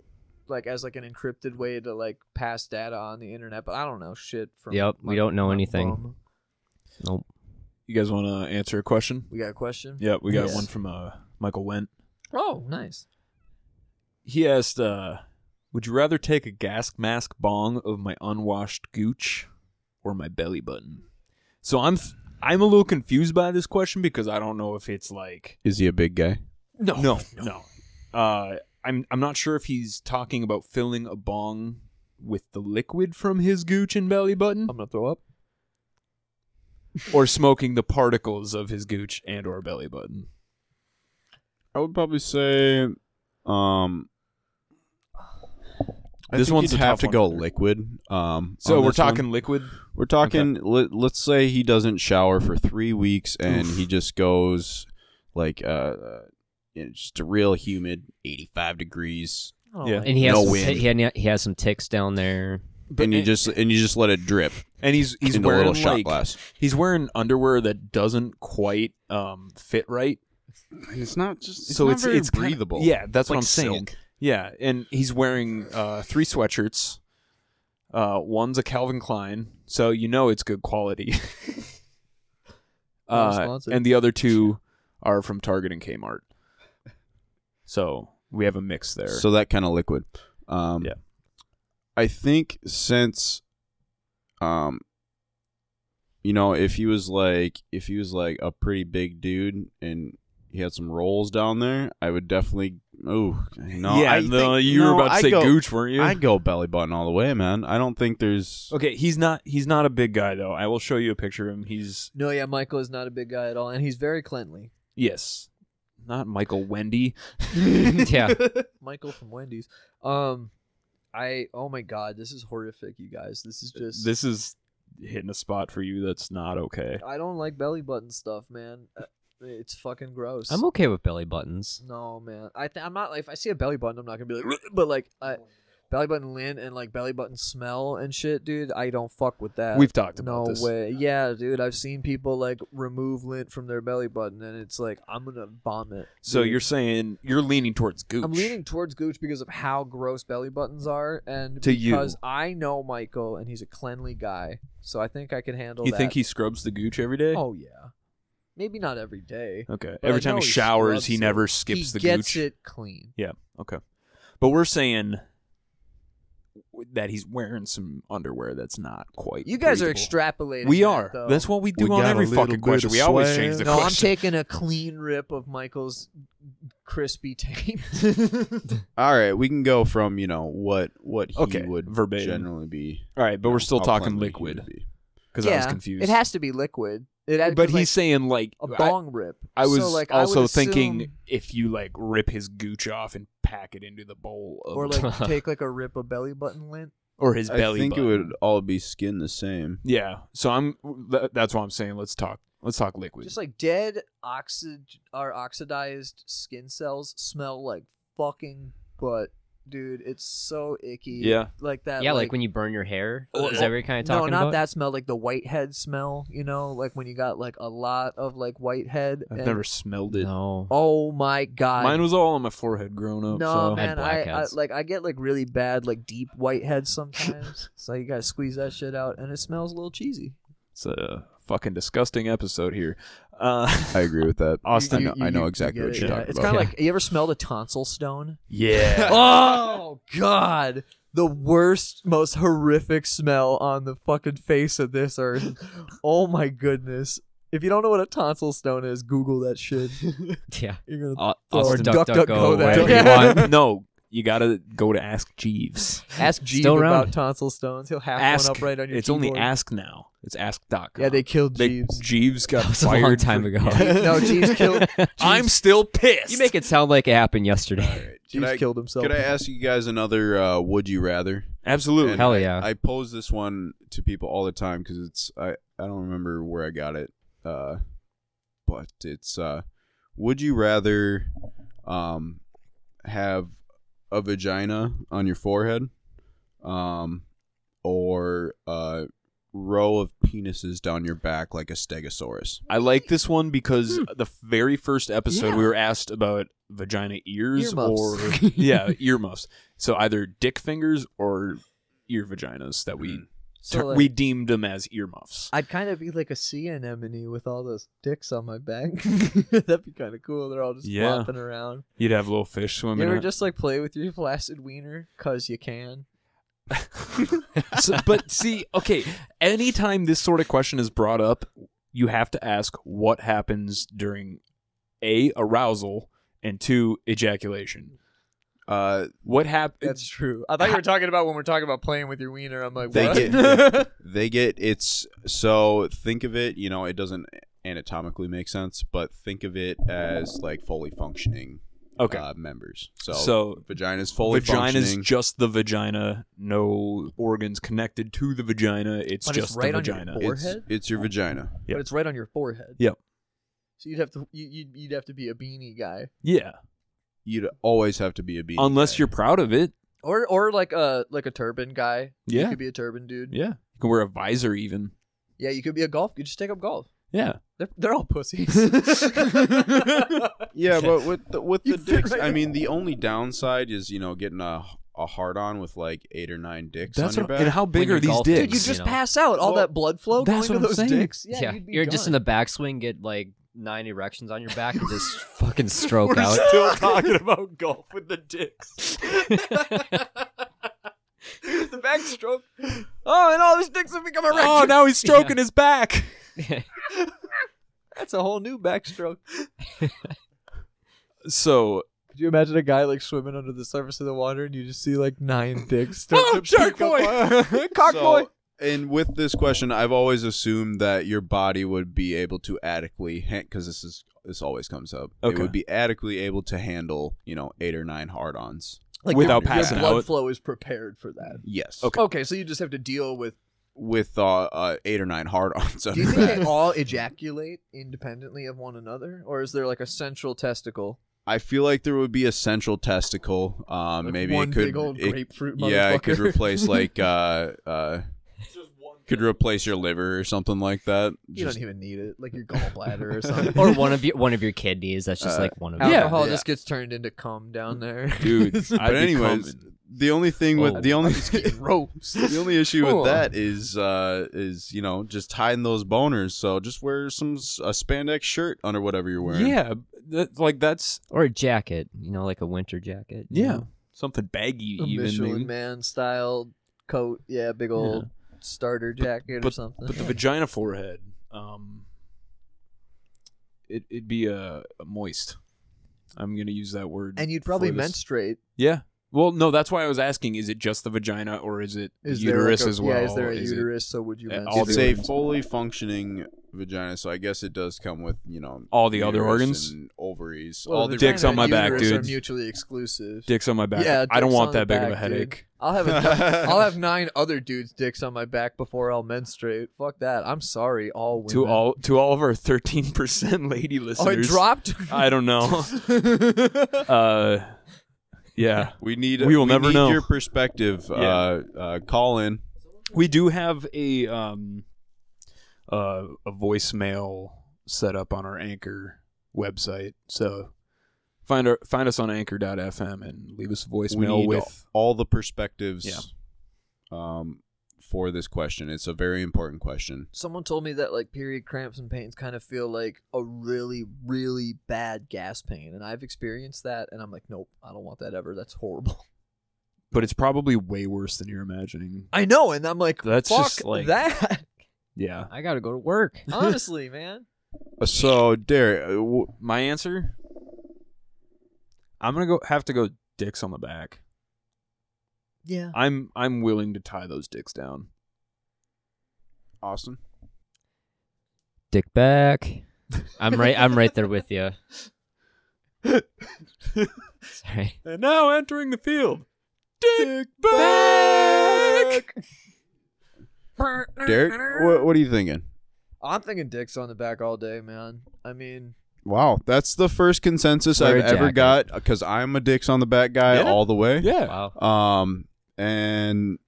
[SPEAKER 5] like as like an encrypted way to like pass data on the internet. But I don't know shit. From
[SPEAKER 4] Yep, we
[SPEAKER 5] like,
[SPEAKER 4] don't know
[SPEAKER 5] my
[SPEAKER 4] anything.
[SPEAKER 5] bum.
[SPEAKER 4] Nope.
[SPEAKER 1] You guys want to answer a question?
[SPEAKER 5] We got a question.
[SPEAKER 1] Yep, we got
[SPEAKER 5] Yes.
[SPEAKER 1] one from uh, Michael Wendt.
[SPEAKER 5] Oh, nice.
[SPEAKER 1] He asked, uh, "Would you rather take a gas mask bong of my unwashed gooch, or my belly button?" So I'm th- I'm a little confused by this question because I don't know if it's like
[SPEAKER 3] Is he a big guy?
[SPEAKER 1] no no no. Uh, I'm I'm not sure if he's talking about filling a bong with the liquid from his gooch and belly button,
[SPEAKER 5] I'm gonna throw up.
[SPEAKER 1] or smoking the particles of his gooch and or belly button.
[SPEAKER 3] I would probably say, um,
[SPEAKER 1] This
[SPEAKER 3] this one's
[SPEAKER 1] one's
[SPEAKER 3] would
[SPEAKER 1] a
[SPEAKER 3] have
[SPEAKER 1] tough
[SPEAKER 3] to
[SPEAKER 1] one.
[SPEAKER 3] go liquid. Um,
[SPEAKER 1] So
[SPEAKER 3] on
[SPEAKER 1] we're
[SPEAKER 3] this one.
[SPEAKER 1] talking liquid.
[SPEAKER 3] We're talking. Let, let's say he doesn't shower for three weeks, and he just goes like uh, it's just a real humid, eighty-five degrees,
[SPEAKER 5] Oh,
[SPEAKER 1] Yeah.
[SPEAKER 4] And he has
[SPEAKER 3] No
[SPEAKER 4] some,
[SPEAKER 3] wind.
[SPEAKER 4] he had he has some ticks down there.
[SPEAKER 3] and you just and you just let it drip
[SPEAKER 1] and he's he's
[SPEAKER 3] into a
[SPEAKER 1] wearing
[SPEAKER 3] little shot
[SPEAKER 1] like
[SPEAKER 3] glass.
[SPEAKER 1] He's wearing underwear that doesn't quite um, fit right,
[SPEAKER 3] And it's not just.
[SPEAKER 1] so it's it's kinda-
[SPEAKER 3] breathable.
[SPEAKER 1] yeah, that's
[SPEAKER 3] It's like
[SPEAKER 1] what I'm saying.
[SPEAKER 3] silk.
[SPEAKER 1] Yeah, and he's wearing uh, three sweatshirts. Uh, one's a Calvin Klein, so you know it's good quality. (laughs)
[SPEAKER 5] Well
[SPEAKER 1] uh,
[SPEAKER 5] sponsored.
[SPEAKER 1] and the other
[SPEAKER 3] (laughs)
[SPEAKER 1] two are from Target and Kmart. So we have a mix there.
[SPEAKER 3] So that kind of liquid. Um,
[SPEAKER 1] Yeah.
[SPEAKER 3] I think since, um, you know, if he was like, if he was like a pretty big dude and he had some rolls down there, I would definitely. Oh no!
[SPEAKER 1] yeah,
[SPEAKER 3] I
[SPEAKER 1] no,
[SPEAKER 3] think-
[SPEAKER 1] you
[SPEAKER 3] no,
[SPEAKER 1] were about to
[SPEAKER 3] I
[SPEAKER 1] say
[SPEAKER 3] go,
[SPEAKER 1] gooch, weren't you?
[SPEAKER 3] I go belly button all the way, man. I don't think there's.
[SPEAKER 1] okay, he's not he's not a big guy though. I will show you a picture of him. He's
[SPEAKER 5] No, yeah, Michael is not a big guy at all, and he's very cleanly. (laughs)
[SPEAKER 1] yes, not Michael Wendy.
[SPEAKER 4] (laughs) yeah.
[SPEAKER 5] Michael from Wendy's. Um, I oh my god, this is horrific, you guys. This is just
[SPEAKER 1] this is hitting a spot for you that's not okay.
[SPEAKER 5] I don't like belly button stuff, man. Uh, It's fucking gross.
[SPEAKER 4] I'm okay with belly buttons.
[SPEAKER 5] No, man. I th- I'm not like if I see a belly button, I'm not gonna be like, "Ugh," but like I, belly button lint and like belly button smell and shit, dude. I don't fuck with that.
[SPEAKER 1] We've talked about
[SPEAKER 5] Uh, no
[SPEAKER 1] this.
[SPEAKER 5] way. Yeah, dude. I've seen people like remove lint from their belly button, and it's like I'm gonna vomit.
[SPEAKER 1] So
[SPEAKER 5] dude.
[SPEAKER 1] you're saying you're leaning towards Gooch.
[SPEAKER 5] I'm leaning towards Gooch because of how gross belly buttons are, and
[SPEAKER 1] To you.
[SPEAKER 5] because I know Michael and he's a cleanly guy, so I think I can handle.
[SPEAKER 1] You
[SPEAKER 5] that.
[SPEAKER 1] think he scrubs the Gooch every day?
[SPEAKER 5] Oh yeah, maybe not every day.
[SPEAKER 1] okay.
[SPEAKER 5] but
[SPEAKER 1] every
[SPEAKER 5] I
[SPEAKER 1] time
[SPEAKER 5] know
[SPEAKER 1] he showers,
[SPEAKER 5] scrubs
[SPEAKER 1] he
[SPEAKER 5] it.
[SPEAKER 1] never skips
[SPEAKER 5] He
[SPEAKER 1] the
[SPEAKER 5] gets
[SPEAKER 1] Gooch.
[SPEAKER 5] it clean.
[SPEAKER 1] Okay. But we're saying that he's wearing some underwear that's not quite.
[SPEAKER 5] You guys are
[SPEAKER 1] breathable.
[SPEAKER 5] extrapolating.
[SPEAKER 1] We
[SPEAKER 5] that,
[SPEAKER 1] are.
[SPEAKER 5] though.
[SPEAKER 1] That's what we do
[SPEAKER 3] We
[SPEAKER 1] on
[SPEAKER 3] got a
[SPEAKER 1] every
[SPEAKER 3] little
[SPEAKER 1] fucking
[SPEAKER 3] bit
[SPEAKER 1] question.
[SPEAKER 3] of
[SPEAKER 1] We always
[SPEAKER 3] swag.
[SPEAKER 1] change the
[SPEAKER 5] no, I'm
[SPEAKER 1] question.
[SPEAKER 5] taking a clean rip of Michael's
[SPEAKER 1] (laughs)
[SPEAKER 5] crispy tape.
[SPEAKER 3] All right, we can go from you know what what he
[SPEAKER 1] Okay,
[SPEAKER 3] would
[SPEAKER 1] verbatim.
[SPEAKER 3] generally be.
[SPEAKER 1] All right, but we're still
[SPEAKER 3] how
[SPEAKER 1] talking
[SPEAKER 3] cleanly he would
[SPEAKER 1] liquid
[SPEAKER 3] be.
[SPEAKER 1] because I was confused.
[SPEAKER 5] It has to be liquid. It had,
[SPEAKER 1] but
[SPEAKER 5] like,
[SPEAKER 1] he's saying like
[SPEAKER 5] a
[SPEAKER 1] I-
[SPEAKER 5] bong rip.
[SPEAKER 1] I was
[SPEAKER 5] so, like, I would
[SPEAKER 1] also thinking
[SPEAKER 5] assume-
[SPEAKER 1] if you like rip his gooch off and pack it into the bowl of
[SPEAKER 5] or like take like a rip of belly button lint.
[SPEAKER 1] (laughs) or his
[SPEAKER 3] I
[SPEAKER 1] belly
[SPEAKER 3] think
[SPEAKER 1] button.
[SPEAKER 3] it would all be skin the same.
[SPEAKER 1] Yeah. So I'm th- that's why I'm saying let's talk let's talk liquid.
[SPEAKER 5] Just like dead oxid or oxidized skin cells smell like fucking butt, dude. It's so icky.
[SPEAKER 1] Yeah.
[SPEAKER 5] like that.
[SPEAKER 4] yeah, like,
[SPEAKER 5] like
[SPEAKER 4] when you burn your hair.
[SPEAKER 5] Or-
[SPEAKER 4] Is that what you're kind of
[SPEAKER 5] No,
[SPEAKER 4] talking
[SPEAKER 5] not
[SPEAKER 4] about?
[SPEAKER 5] that smell. Like the whitehead smell, you know, like when you got like a lot of like whitehead.
[SPEAKER 1] I've
[SPEAKER 5] and-
[SPEAKER 1] never smelled it.
[SPEAKER 5] (laughs)
[SPEAKER 4] No.
[SPEAKER 5] Oh my god!
[SPEAKER 1] Mine was all on my forehead growing up.
[SPEAKER 5] no,
[SPEAKER 1] so.
[SPEAKER 4] I had
[SPEAKER 5] man. I, I
[SPEAKER 4] blackheads.
[SPEAKER 5] like I get like really bad like deep
[SPEAKER 4] (laughs)
[SPEAKER 5] whiteheads sometimes. so you gotta squeeze that shit out, and it smells a little cheesy.
[SPEAKER 1] It's a fucking disgusting episode here. Uh,
[SPEAKER 5] (laughs)
[SPEAKER 3] I agree with that.
[SPEAKER 1] Austin-
[SPEAKER 3] I know, I know exactly
[SPEAKER 5] get
[SPEAKER 3] what
[SPEAKER 5] it,
[SPEAKER 3] you're
[SPEAKER 5] yeah.
[SPEAKER 3] talking
[SPEAKER 5] uh, It's
[SPEAKER 3] about.
[SPEAKER 5] kind of like you ever smelled a
[SPEAKER 4] (laughs)
[SPEAKER 5] tonsil stone?
[SPEAKER 1] yeah.
[SPEAKER 5] oh god. The worst, most horrific smell on the fucking face of
[SPEAKER 4] (laughs)
[SPEAKER 5] this earth. Oh my goodness. If you don't know what a tonsil stone is, Google
[SPEAKER 4] (laughs)
[SPEAKER 5] that shit.
[SPEAKER 4] Yeah.
[SPEAKER 5] You're gonna
[SPEAKER 4] Au-
[SPEAKER 5] Or
[SPEAKER 4] Austin
[SPEAKER 5] duck,
[SPEAKER 4] duck,
[SPEAKER 5] duck,
[SPEAKER 4] duck,
[SPEAKER 5] go
[SPEAKER 4] go,
[SPEAKER 5] that.
[SPEAKER 4] wherever
[SPEAKER 5] Yeah.
[SPEAKER 4] you want.
[SPEAKER 1] no, you gotta go to Ask Jeeves.
[SPEAKER 5] ask Jeeve
[SPEAKER 4] Still around.
[SPEAKER 5] about tonsil stones. He'll have
[SPEAKER 1] ask.
[SPEAKER 5] one up right on your
[SPEAKER 1] it's
[SPEAKER 5] keyboard.
[SPEAKER 1] only Ask now. It's Ask.com.
[SPEAKER 5] Yeah, they killed
[SPEAKER 1] They-
[SPEAKER 5] Jeeves.
[SPEAKER 1] Jeeves got
[SPEAKER 4] (laughs) (laughs) That was a long
[SPEAKER 1] fired
[SPEAKER 4] time
[SPEAKER 1] for- (laughs)
[SPEAKER 4] ago.
[SPEAKER 1] Yeah.
[SPEAKER 4] (laughs)
[SPEAKER 5] (laughs) no, Jeeves
[SPEAKER 1] (laughs)
[SPEAKER 5] killed
[SPEAKER 1] I'm still pissed.
[SPEAKER 4] You make it sound like it happened
[SPEAKER 5] (laughs)
[SPEAKER 4] yesterday. (laughs)
[SPEAKER 3] Alright,
[SPEAKER 5] Jeeves
[SPEAKER 3] could I-
[SPEAKER 5] killed himself.
[SPEAKER 3] Could I ask you guys another uh, would you rather?
[SPEAKER 1] absolutely.
[SPEAKER 3] And
[SPEAKER 4] Hell
[SPEAKER 3] I-
[SPEAKER 4] yeah.
[SPEAKER 3] I pose this one to people all the time because it's I, I don't remember where I got it, uh, but it's uh, would you rather um, have a vagina on your forehead um, or a row of penises down your back like a stegosaurus.
[SPEAKER 1] I like this one because
[SPEAKER 4] Hmm.
[SPEAKER 1] the very first episode we were asked about vagina ears
[SPEAKER 4] (laughs)
[SPEAKER 7] Earmuffs.
[SPEAKER 5] (laughs)
[SPEAKER 1] or yeah earmuffs. So either dick fingers or ear vaginas that we
[SPEAKER 5] Hmm. So
[SPEAKER 1] tur-
[SPEAKER 5] like,
[SPEAKER 1] we deemed them as earmuffs.
[SPEAKER 5] I'd kind of be like a sea anemone with all those dicks on my back. (laughs) That'd be kind of cool. They're all just
[SPEAKER 1] Yeah.
[SPEAKER 5] flopping around.
[SPEAKER 1] You'd have little fish
[SPEAKER 5] You
[SPEAKER 1] swimming.
[SPEAKER 5] ever
[SPEAKER 1] in it.
[SPEAKER 5] just like play with your flaccid wiener because you can?
[SPEAKER 1] So- but see, okay, anytime this sort of question is brought up, you have to ask what happens during a arousal and two ejaculation.
[SPEAKER 3] Uh,
[SPEAKER 1] What happens?
[SPEAKER 5] That's true. I thought you were talking about when we're talking about playing with your wiener. I'm like,
[SPEAKER 3] They
[SPEAKER 5] what? (laughs)
[SPEAKER 3] get- they get it's so think of it you know it doesn't anatomically make sense but think of it as like fully functioning
[SPEAKER 1] Okay.
[SPEAKER 3] uh, members so,
[SPEAKER 1] So
[SPEAKER 3] vagina's fully
[SPEAKER 1] vagina's
[SPEAKER 3] functioning
[SPEAKER 1] just the vagina, no organs connected to the vagina. It's
[SPEAKER 5] But it's
[SPEAKER 1] just
[SPEAKER 5] right
[SPEAKER 1] the
[SPEAKER 5] on your
[SPEAKER 1] vagina.
[SPEAKER 5] board.
[SPEAKER 3] it's,
[SPEAKER 5] forehead?
[SPEAKER 3] it's your vagina
[SPEAKER 1] Yeah.
[SPEAKER 5] But it's right on your forehead.
[SPEAKER 1] Yep.
[SPEAKER 5] So you'd have to you, you'd, you'd have to be a beanie guy,
[SPEAKER 1] yeah,
[SPEAKER 3] you'd always have to be a bean
[SPEAKER 1] unless
[SPEAKER 3] guy.
[SPEAKER 1] you're proud of it.
[SPEAKER 5] or or like a like a turban guy. You
[SPEAKER 1] Yeah,
[SPEAKER 5] could be a turban dude.
[SPEAKER 1] yeah. You can wear a visor even.
[SPEAKER 5] Yeah, you could be a golf. You just take up golf.
[SPEAKER 1] Yeah,
[SPEAKER 5] They're, they're
[SPEAKER 1] (laughs)
[SPEAKER 5] all pussies.
[SPEAKER 3] yeah but with the, with the
[SPEAKER 5] You'd fit
[SPEAKER 3] dicks
[SPEAKER 5] right
[SPEAKER 3] i
[SPEAKER 5] in.
[SPEAKER 3] mean the only downside is you know getting a a hard on with like eight or nine dicks
[SPEAKER 1] that's
[SPEAKER 3] on
[SPEAKER 1] what.
[SPEAKER 3] your back
[SPEAKER 1] And how big
[SPEAKER 4] When
[SPEAKER 1] are
[SPEAKER 4] you're
[SPEAKER 1] these
[SPEAKER 4] golfing.
[SPEAKER 1] dicks?
[SPEAKER 5] Dude, you just
[SPEAKER 4] You know.
[SPEAKER 5] pass out. All
[SPEAKER 1] Well,
[SPEAKER 5] that blood flow
[SPEAKER 1] that's
[SPEAKER 5] going to
[SPEAKER 1] what I'm
[SPEAKER 5] those
[SPEAKER 1] saying.
[SPEAKER 5] dicks. Yeah,
[SPEAKER 4] Yeah,
[SPEAKER 5] you'd be
[SPEAKER 4] you're just in
[SPEAKER 5] done. (laughs)
[SPEAKER 4] the backswing, get like nine erections on your back, and just fucking stroke
[SPEAKER 1] We're
[SPEAKER 4] out.
[SPEAKER 1] still talking about golf with the dicks.
[SPEAKER 5] Here's the backstroke. Oh, and all these dicks have become erect.
[SPEAKER 1] Oh, now he's stroking his back.
[SPEAKER 5] (laughs) That's a whole new backstroke.
[SPEAKER 1] So
[SPEAKER 5] Could you imagine a guy like swimming under the surface of the water and you just see like nine dicks? start
[SPEAKER 1] Oh,
[SPEAKER 5] to
[SPEAKER 1] shark
[SPEAKER 5] peek up
[SPEAKER 1] boy!
[SPEAKER 5] on- (laughs) cock
[SPEAKER 3] So-
[SPEAKER 5] boy.
[SPEAKER 3] and with this question, I've always assumed that your body would be able to adequately, because this is this always comes up, it
[SPEAKER 1] Okay.
[SPEAKER 3] would be adequately able to handle, you know, eight or nine hard-ons.
[SPEAKER 5] Like
[SPEAKER 1] Without
[SPEAKER 5] your,
[SPEAKER 1] passing
[SPEAKER 5] your blood
[SPEAKER 1] out.
[SPEAKER 5] flow is prepared for that.
[SPEAKER 3] Yes.
[SPEAKER 1] Okay.
[SPEAKER 5] Okay, so you just have to deal with.
[SPEAKER 3] With uh, uh eight or nine hard-ons. on (laughs)
[SPEAKER 5] Do you
[SPEAKER 3] your
[SPEAKER 5] think
[SPEAKER 3] back.
[SPEAKER 5] they all ejaculate independently of one another, or is there like a central testicle?
[SPEAKER 3] I feel like there would be a central testicle. Um,
[SPEAKER 5] Like
[SPEAKER 3] maybe
[SPEAKER 5] one
[SPEAKER 3] it could.
[SPEAKER 5] big old
[SPEAKER 3] it-
[SPEAKER 5] grapefruit.
[SPEAKER 3] yeah, it could
[SPEAKER 5] motherfucker? (laughs)
[SPEAKER 3] replace like uh uh. Could replace your liver or something like that.
[SPEAKER 5] you
[SPEAKER 3] Just-
[SPEAKER 5] don't even need it, like your gallbladder or something.
[SPEAKER 4] (laughs)
[SPEAKER 5] (laughs)
[SPEAKER 4] or one of your one of your kidneys. That's just
[SPEAKER 3] Uh,
[SPEAKER 4] like one of
[SPEAKER 1] Yeah.
[SPEAKER 5] Alcohol
[SPEAKER 3] yeah.
[SPEAKER 5] just gets turned into cum down (laughs) there.
[SPEAKER 1] Dude,
[SPEAKER 3] but anyways, the only thing with
[SPEAKER 4] Oh.
[SPEAKER 3] the only (laughs)
[SPEAKER 1] (laughs)
[SPEAKER 5] ropes.
[SPEAKER 3] the only issue
[SPEAKER 5] Cool.
[SPEAKER 3] with that is uh is you know just hiding those boners so just wear some s- a spandex shirt under whatever you're wearing
[SPEAKER 1] yeah, that, like that's
[SPEAKER 4] or a jacket. You know, like a winter jacket. you
[SPEAKER 1] yeah
[SPEAKER 4] know?
[SPEAKER 1] something baggy
[SPEAKER 5] a
[SPEAKER 1] even.
[SPEAKER 5] Michelin (sighs)
[SPEAKER 1] maybe.
[SPEAKER 5] man style coat. Yeah, big old starter jacket or something.
[SPEAKER 1] But the vagina forehead, um, it it'd be a, a moist. I'm gonna use that word.
[SPEAKER 5] and you'd probably
[SPEAKER 1] for this.
[SPEAKER 5] menstruate.
[SPEAKER 1] Yeah. Well, no, that's why I was asking: is it just the vagina, or is it
[SPEAKER 5] Is there, like,
[SPEAKER 1] uterus
[SPEAKER 5] a-
[SPEAKER 1] as well?
[SPEAKER 5] Yeah, is there a
[SPEAKER 1] it-
[SPEAKER 5] uterus? So would you
[SPEAKER 1] Yeah,
[SPEAKER 5] menstruate?
[SPEAKER 1] all
[SPEAKER 3] it's
[SPEAKER 1] the
[SPEAKER 3] a
[SPEAKER 1] organs.
[SPEAKER 3] fully functioning vagina so i guess it does come with you know
[SPEAKER 1] All the other
[SPEAKER 3] uterus
[SPEAKER 1] organs?
[SPEAKER 3] and ovaries
[SPEAKER 5] Well,
[SPEAKER 3] all
[SPEAKER 5] the
[SPEAKER 3] the
[SPEAKER 1] Dicks
[SPEAKER 5] vagina
[SPEAKER 1] on my
[SPEAKER 5] and
[SPEAKER 1] back,
[SPEAKER 5] uterus Are
[SPEAKER 1] dude.
[SPEAKER 5] mutually exclusive.
[SPEAKER 1] dicks on my back.
[SPEAKER 5] Yeah,
[SPEAKER 1] I don't
[SPEAKER 5] dicks
[SPEAKER 1] want
[SPEAKER 5] on
[SPEAKER 1] that
[SPEAKER 5] the
[SPEAKER 1] big of a
[SPEAKER 5] back, dude.
[SPEAKER 1] headache.
[SPEAKER 5] I'll
[SPEAKER 3] (laughs)
[SPEAKER 5] have a,
[SPEAKER 1] (laughs)
[SPEAKER 5] I'll have nine other dudes' dicks on my back before I'll menstruate. Fuck that. I'm sorry, all women.
[SPEAKER 1] To all to all of our 13 percent lady
[SPEAKER 5] (laughs) Oh, it
[SPEAKER 1] listeners,
[SPEAKER 5] dropped.
[SPEAKER 1] I don't
[SPEAKER 5] (laughs)
[SPEAKER 1] know. uh, yeah,
[SPEAKER 3] we need
[SPEAKER 1] We will never
[SPEAKER 3] need
[SPEAKER 1] know.
[SPEAKER 3] your perspective uh uh call in
[SPEAKER 1] we do have a um uh, a voicemail set up on our Anchor website, so find our find us on Anchor.fm and leave us a
[SPEAKER 3] we
[SPEAKER 1] voicemail
[SPEAKER 3] need
[SPEAKER 1] with
[SPEAKER 3] all the perspectives
[SPEAKER 1] Yeah.
[SPEAKER 3] um for this question it's a very important question
[SPEAKER 5] Someone told me that like period cramps and pains kind of feel like a really, really bad gas pain, and I've experienced that, and I'm like, nope, I don't want that ever. That's horrible. (laughs)
[SPEAKER 1] but it's probably way worse than you're imagining.
[SPEAKER 5] I know, and I'm like,
[SPEAKER 1] That's
[SPEAKER 5] fuck
[SPEAKER 1] just, like- (laughs)
[SPEAKER 5] that.
[SPEAKER 1] Yeah,
[SPEAKER 4] I gotta go to work.
[SPEAKER 5] Honestly, man.
[SPEAKER 3] Uh, so derek uh, w-
[SPEAKER 1] my answer. I'm gonna go have to go dicks on the back.
[SPEAKER 5] Yeah.
[SPEAKER 1] I'm I'm willing to tie those dicks down.
[SPEAKER 3] austin
[SPEAKER 4] Dick back. I'm right. I'm right there with
[SPEAKER 5] (laughs)
[SPEAKER 4] you. Sorry.
[SPEAKER 1] And now entering the field, dick, back.
[SPEAKER 3] derek what, what are you thinking
[SPEAKER 5] I'm thinking dicks on the back all day, man. I mean,
[SPEAKER 3] Wow, that's the first consensus
[SPEAKER 4] Wear a
[SPEAKER 3] I've ever
[SPEAKER 4] jacket.
[SPEAKER 3] got because I'm a dicks on the back guy
[SPEAKER 1] Yeah.
[SPEAKER 3] all the way.
[SPEAKER 1] Yeah.
[SPEAKER 4] Wow.
[SPEAKER 3] Um, and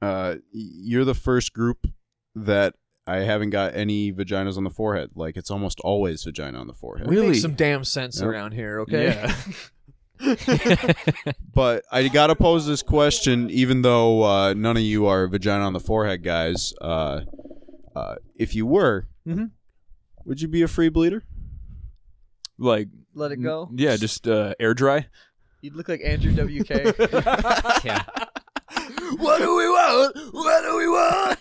[SPEAKER 3] uh, y- you're the first group that I haven't got any vaginas on the forehead. Like it's almost always vagina on the forehead.
[SPEAKER 5] We make some damn sense
[SPEAKER 3] Yep.
[SPEAKER 5] around here, okay?
[SPEAKER 3] Yeah. But I gotta pose this question, even though uh, none of you are vagina on the forehead guys. Uh, uh, if you were,
[SPEAKER 1] Mhm.
[SPEAKER 3] would you be a free bleeder?
[SPEAKER 1] (laughs) Like,
[SPEAKER 5] Let it
[SPEAKER 1] n-
[SPEAKER 5] go.
[SPEAKER 1] Yeah, just uh, air dry.
[SPEAKER 5] You'd look like Andrew (laughs) WK.
[SPEAKER 4] Yeah.
[SPEAKER 3] What do we want? What do we want?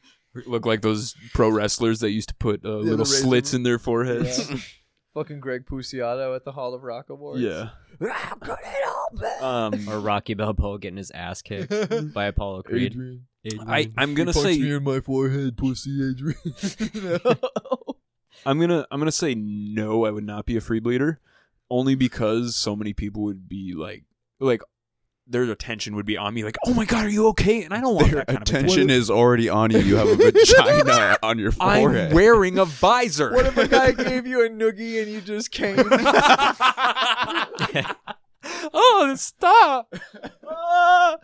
[SPEAKER 1] (laughs) Look like those pro wrestlers that used to put uh, little
[SPEAKER 5] the razor-
[SPEAKER 1] slits in their foreheads.
[SPEAKER 5] Yeah. Fucking Greg Puciato at the Hall of Rock
[SPEAKER 1] (laughs)
[SPEAKER 5] Awards.
[SPEAKER 1] Yeah.
[SPEAKER 5] I'm gonna help it.
[SPEAKER 1] Um,
[SPEAKER 3] (laughs)
[SPEAKER 4] or Rocky Balboa getting his ass kicked
[SPEAKER 5] (laughs)
[SPEAKER 4] by Apollo Creed.
[SPEAKER 5] Adrian,
[SPEAKER 1] I, I'm gonna
[SPEAKER 5] you punched me
[SPEAKER 1] say
[SPEAKER 5] in my forehead, pussy, Adrian. (laughs)
[SPEAKER 1] I'm gonna I'm gonna say no. I would not be a free bleeder, only because so many people would be like like their attention would be on me. Like, oh my god, are you okay? And I don't want
[SPEAKER 3] Their
[SPEAKER 1] that kind
[SPEAKER 3] attention
[SPEAKER 1] of
[SPEAKER 3] is already on you. You have a vagina (laughs) on your forehead.
[SPEAKER 1] I'm wearing a visor.
[SPEAKER 5] what if a guy gave you a noogie and you just (laughs) came?
[SPEAKER 1] oh, stop!
[SPEAKER 5] (laughs)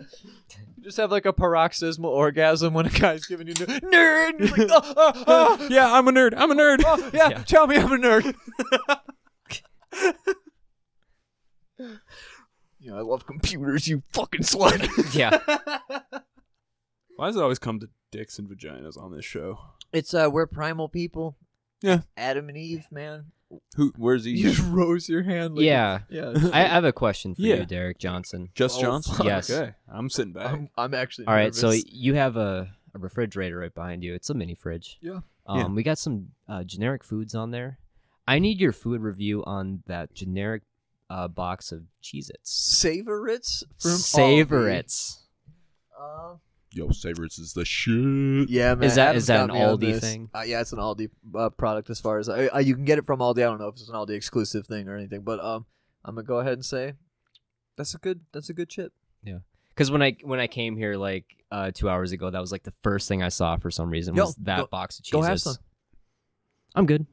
[SPEAKER 5] just have like a paroxysmal orgasm when a guy's giving you noogie. Nerd! You're like, oh, oh, oh,
[SPEAKER 1] (laughs) yeah, I'm a nerd. I'm a nerd.
[SPEAKER 5] oh, yeah,
[SPEAKER 4] Yeah.
[SPEAKER 5] tell me I'm a (laughs) nerd. you know, I love computers, you fucking slut.
[SPEAKER 4] yeah.
[SPEAKER 1] Why does it always come to dicks and vaginas on this show?
[SPEAKER 5] It's uh, we're primal people.
[SPEAKER 1] Yeah.
[SPEAKER 5] Adam and Eve, man.
[SPEAKER 1] Who? Where's
[SPEAKER 5] (laughs) You
[SPEAKER 1] he?
[SPEAKER 5] just rose your hand. Like,
[SPEAKER 4] yeah.
[SPEAKER 5] yeah.
[SPEAKER 4] I I have a question for
[SPEAKER 1] Yeah.
[SPEAKER 4] you, Derek Johnson.
[SPEAKER 1] Just
[SPEAKER 5] Oh,
[SPEAKER 1] Johnson.
[SPEAKER 5] fuck.
[SPEAKER 4] Yes.
[SPEAKER 1] Okay, I'm sitting back.
[SPEAKER 5] I'm, I'm actually.
[SPEAKER 4] All right, so
[SPEAKER 5] nervous.
[SPEAKER 4] you have a, a refrigerator right behind you. It's a mini fridge.
[SPEAKER 5] Yeah.
[SPEAKER 4] Um,
[SPEAKER 1] Yeah.
[SPEAKER 4] We got some uh, generic foods on there. I need your food review on that generic uh, box of Cheez Its.
[SPEAKER 5] savor it's from
[SPEAKER 4] Savor
[SPEAKER 5] Aldi.
[SPEAKER 4] Its.
[SPEAKER 5] Uh,
[SPEAKER 3] Yo, Savers is the shit.
[SPEAKER 5] yeah, man.
[SPEAKER 4] that-
[SPEAKER 5] Adam's
[SPEAKER 4] is that
[SPEAKER 5] got
[SPEAKER 4] an
[SPEAKER 5] me on
[SPEAKER 4] Aldi
[SPEAKER 5] this.
[SPEAKER 4] thing?
[SPEAKER 5] Uh, yeah, it's an Aldi uh, product as far as I, I, you can get it from Aldi. I don't know if it's an Aldi exclusive thing or anything, but um, I'm gonna go ahead and say that's a good that's a good chip.
[SPEAKER 4] Because when I when I came here like uh, two hours ago, that was like the first thing I saw for some reason
[SPEAKER 5] Yo,
[SPEAKER 4] was that
[SPEAKER 5] go-
[SPEAKER 4] box of Cheez Its.
[SPEAKER 5] go have some.
[SPEAKER 4] I'm good.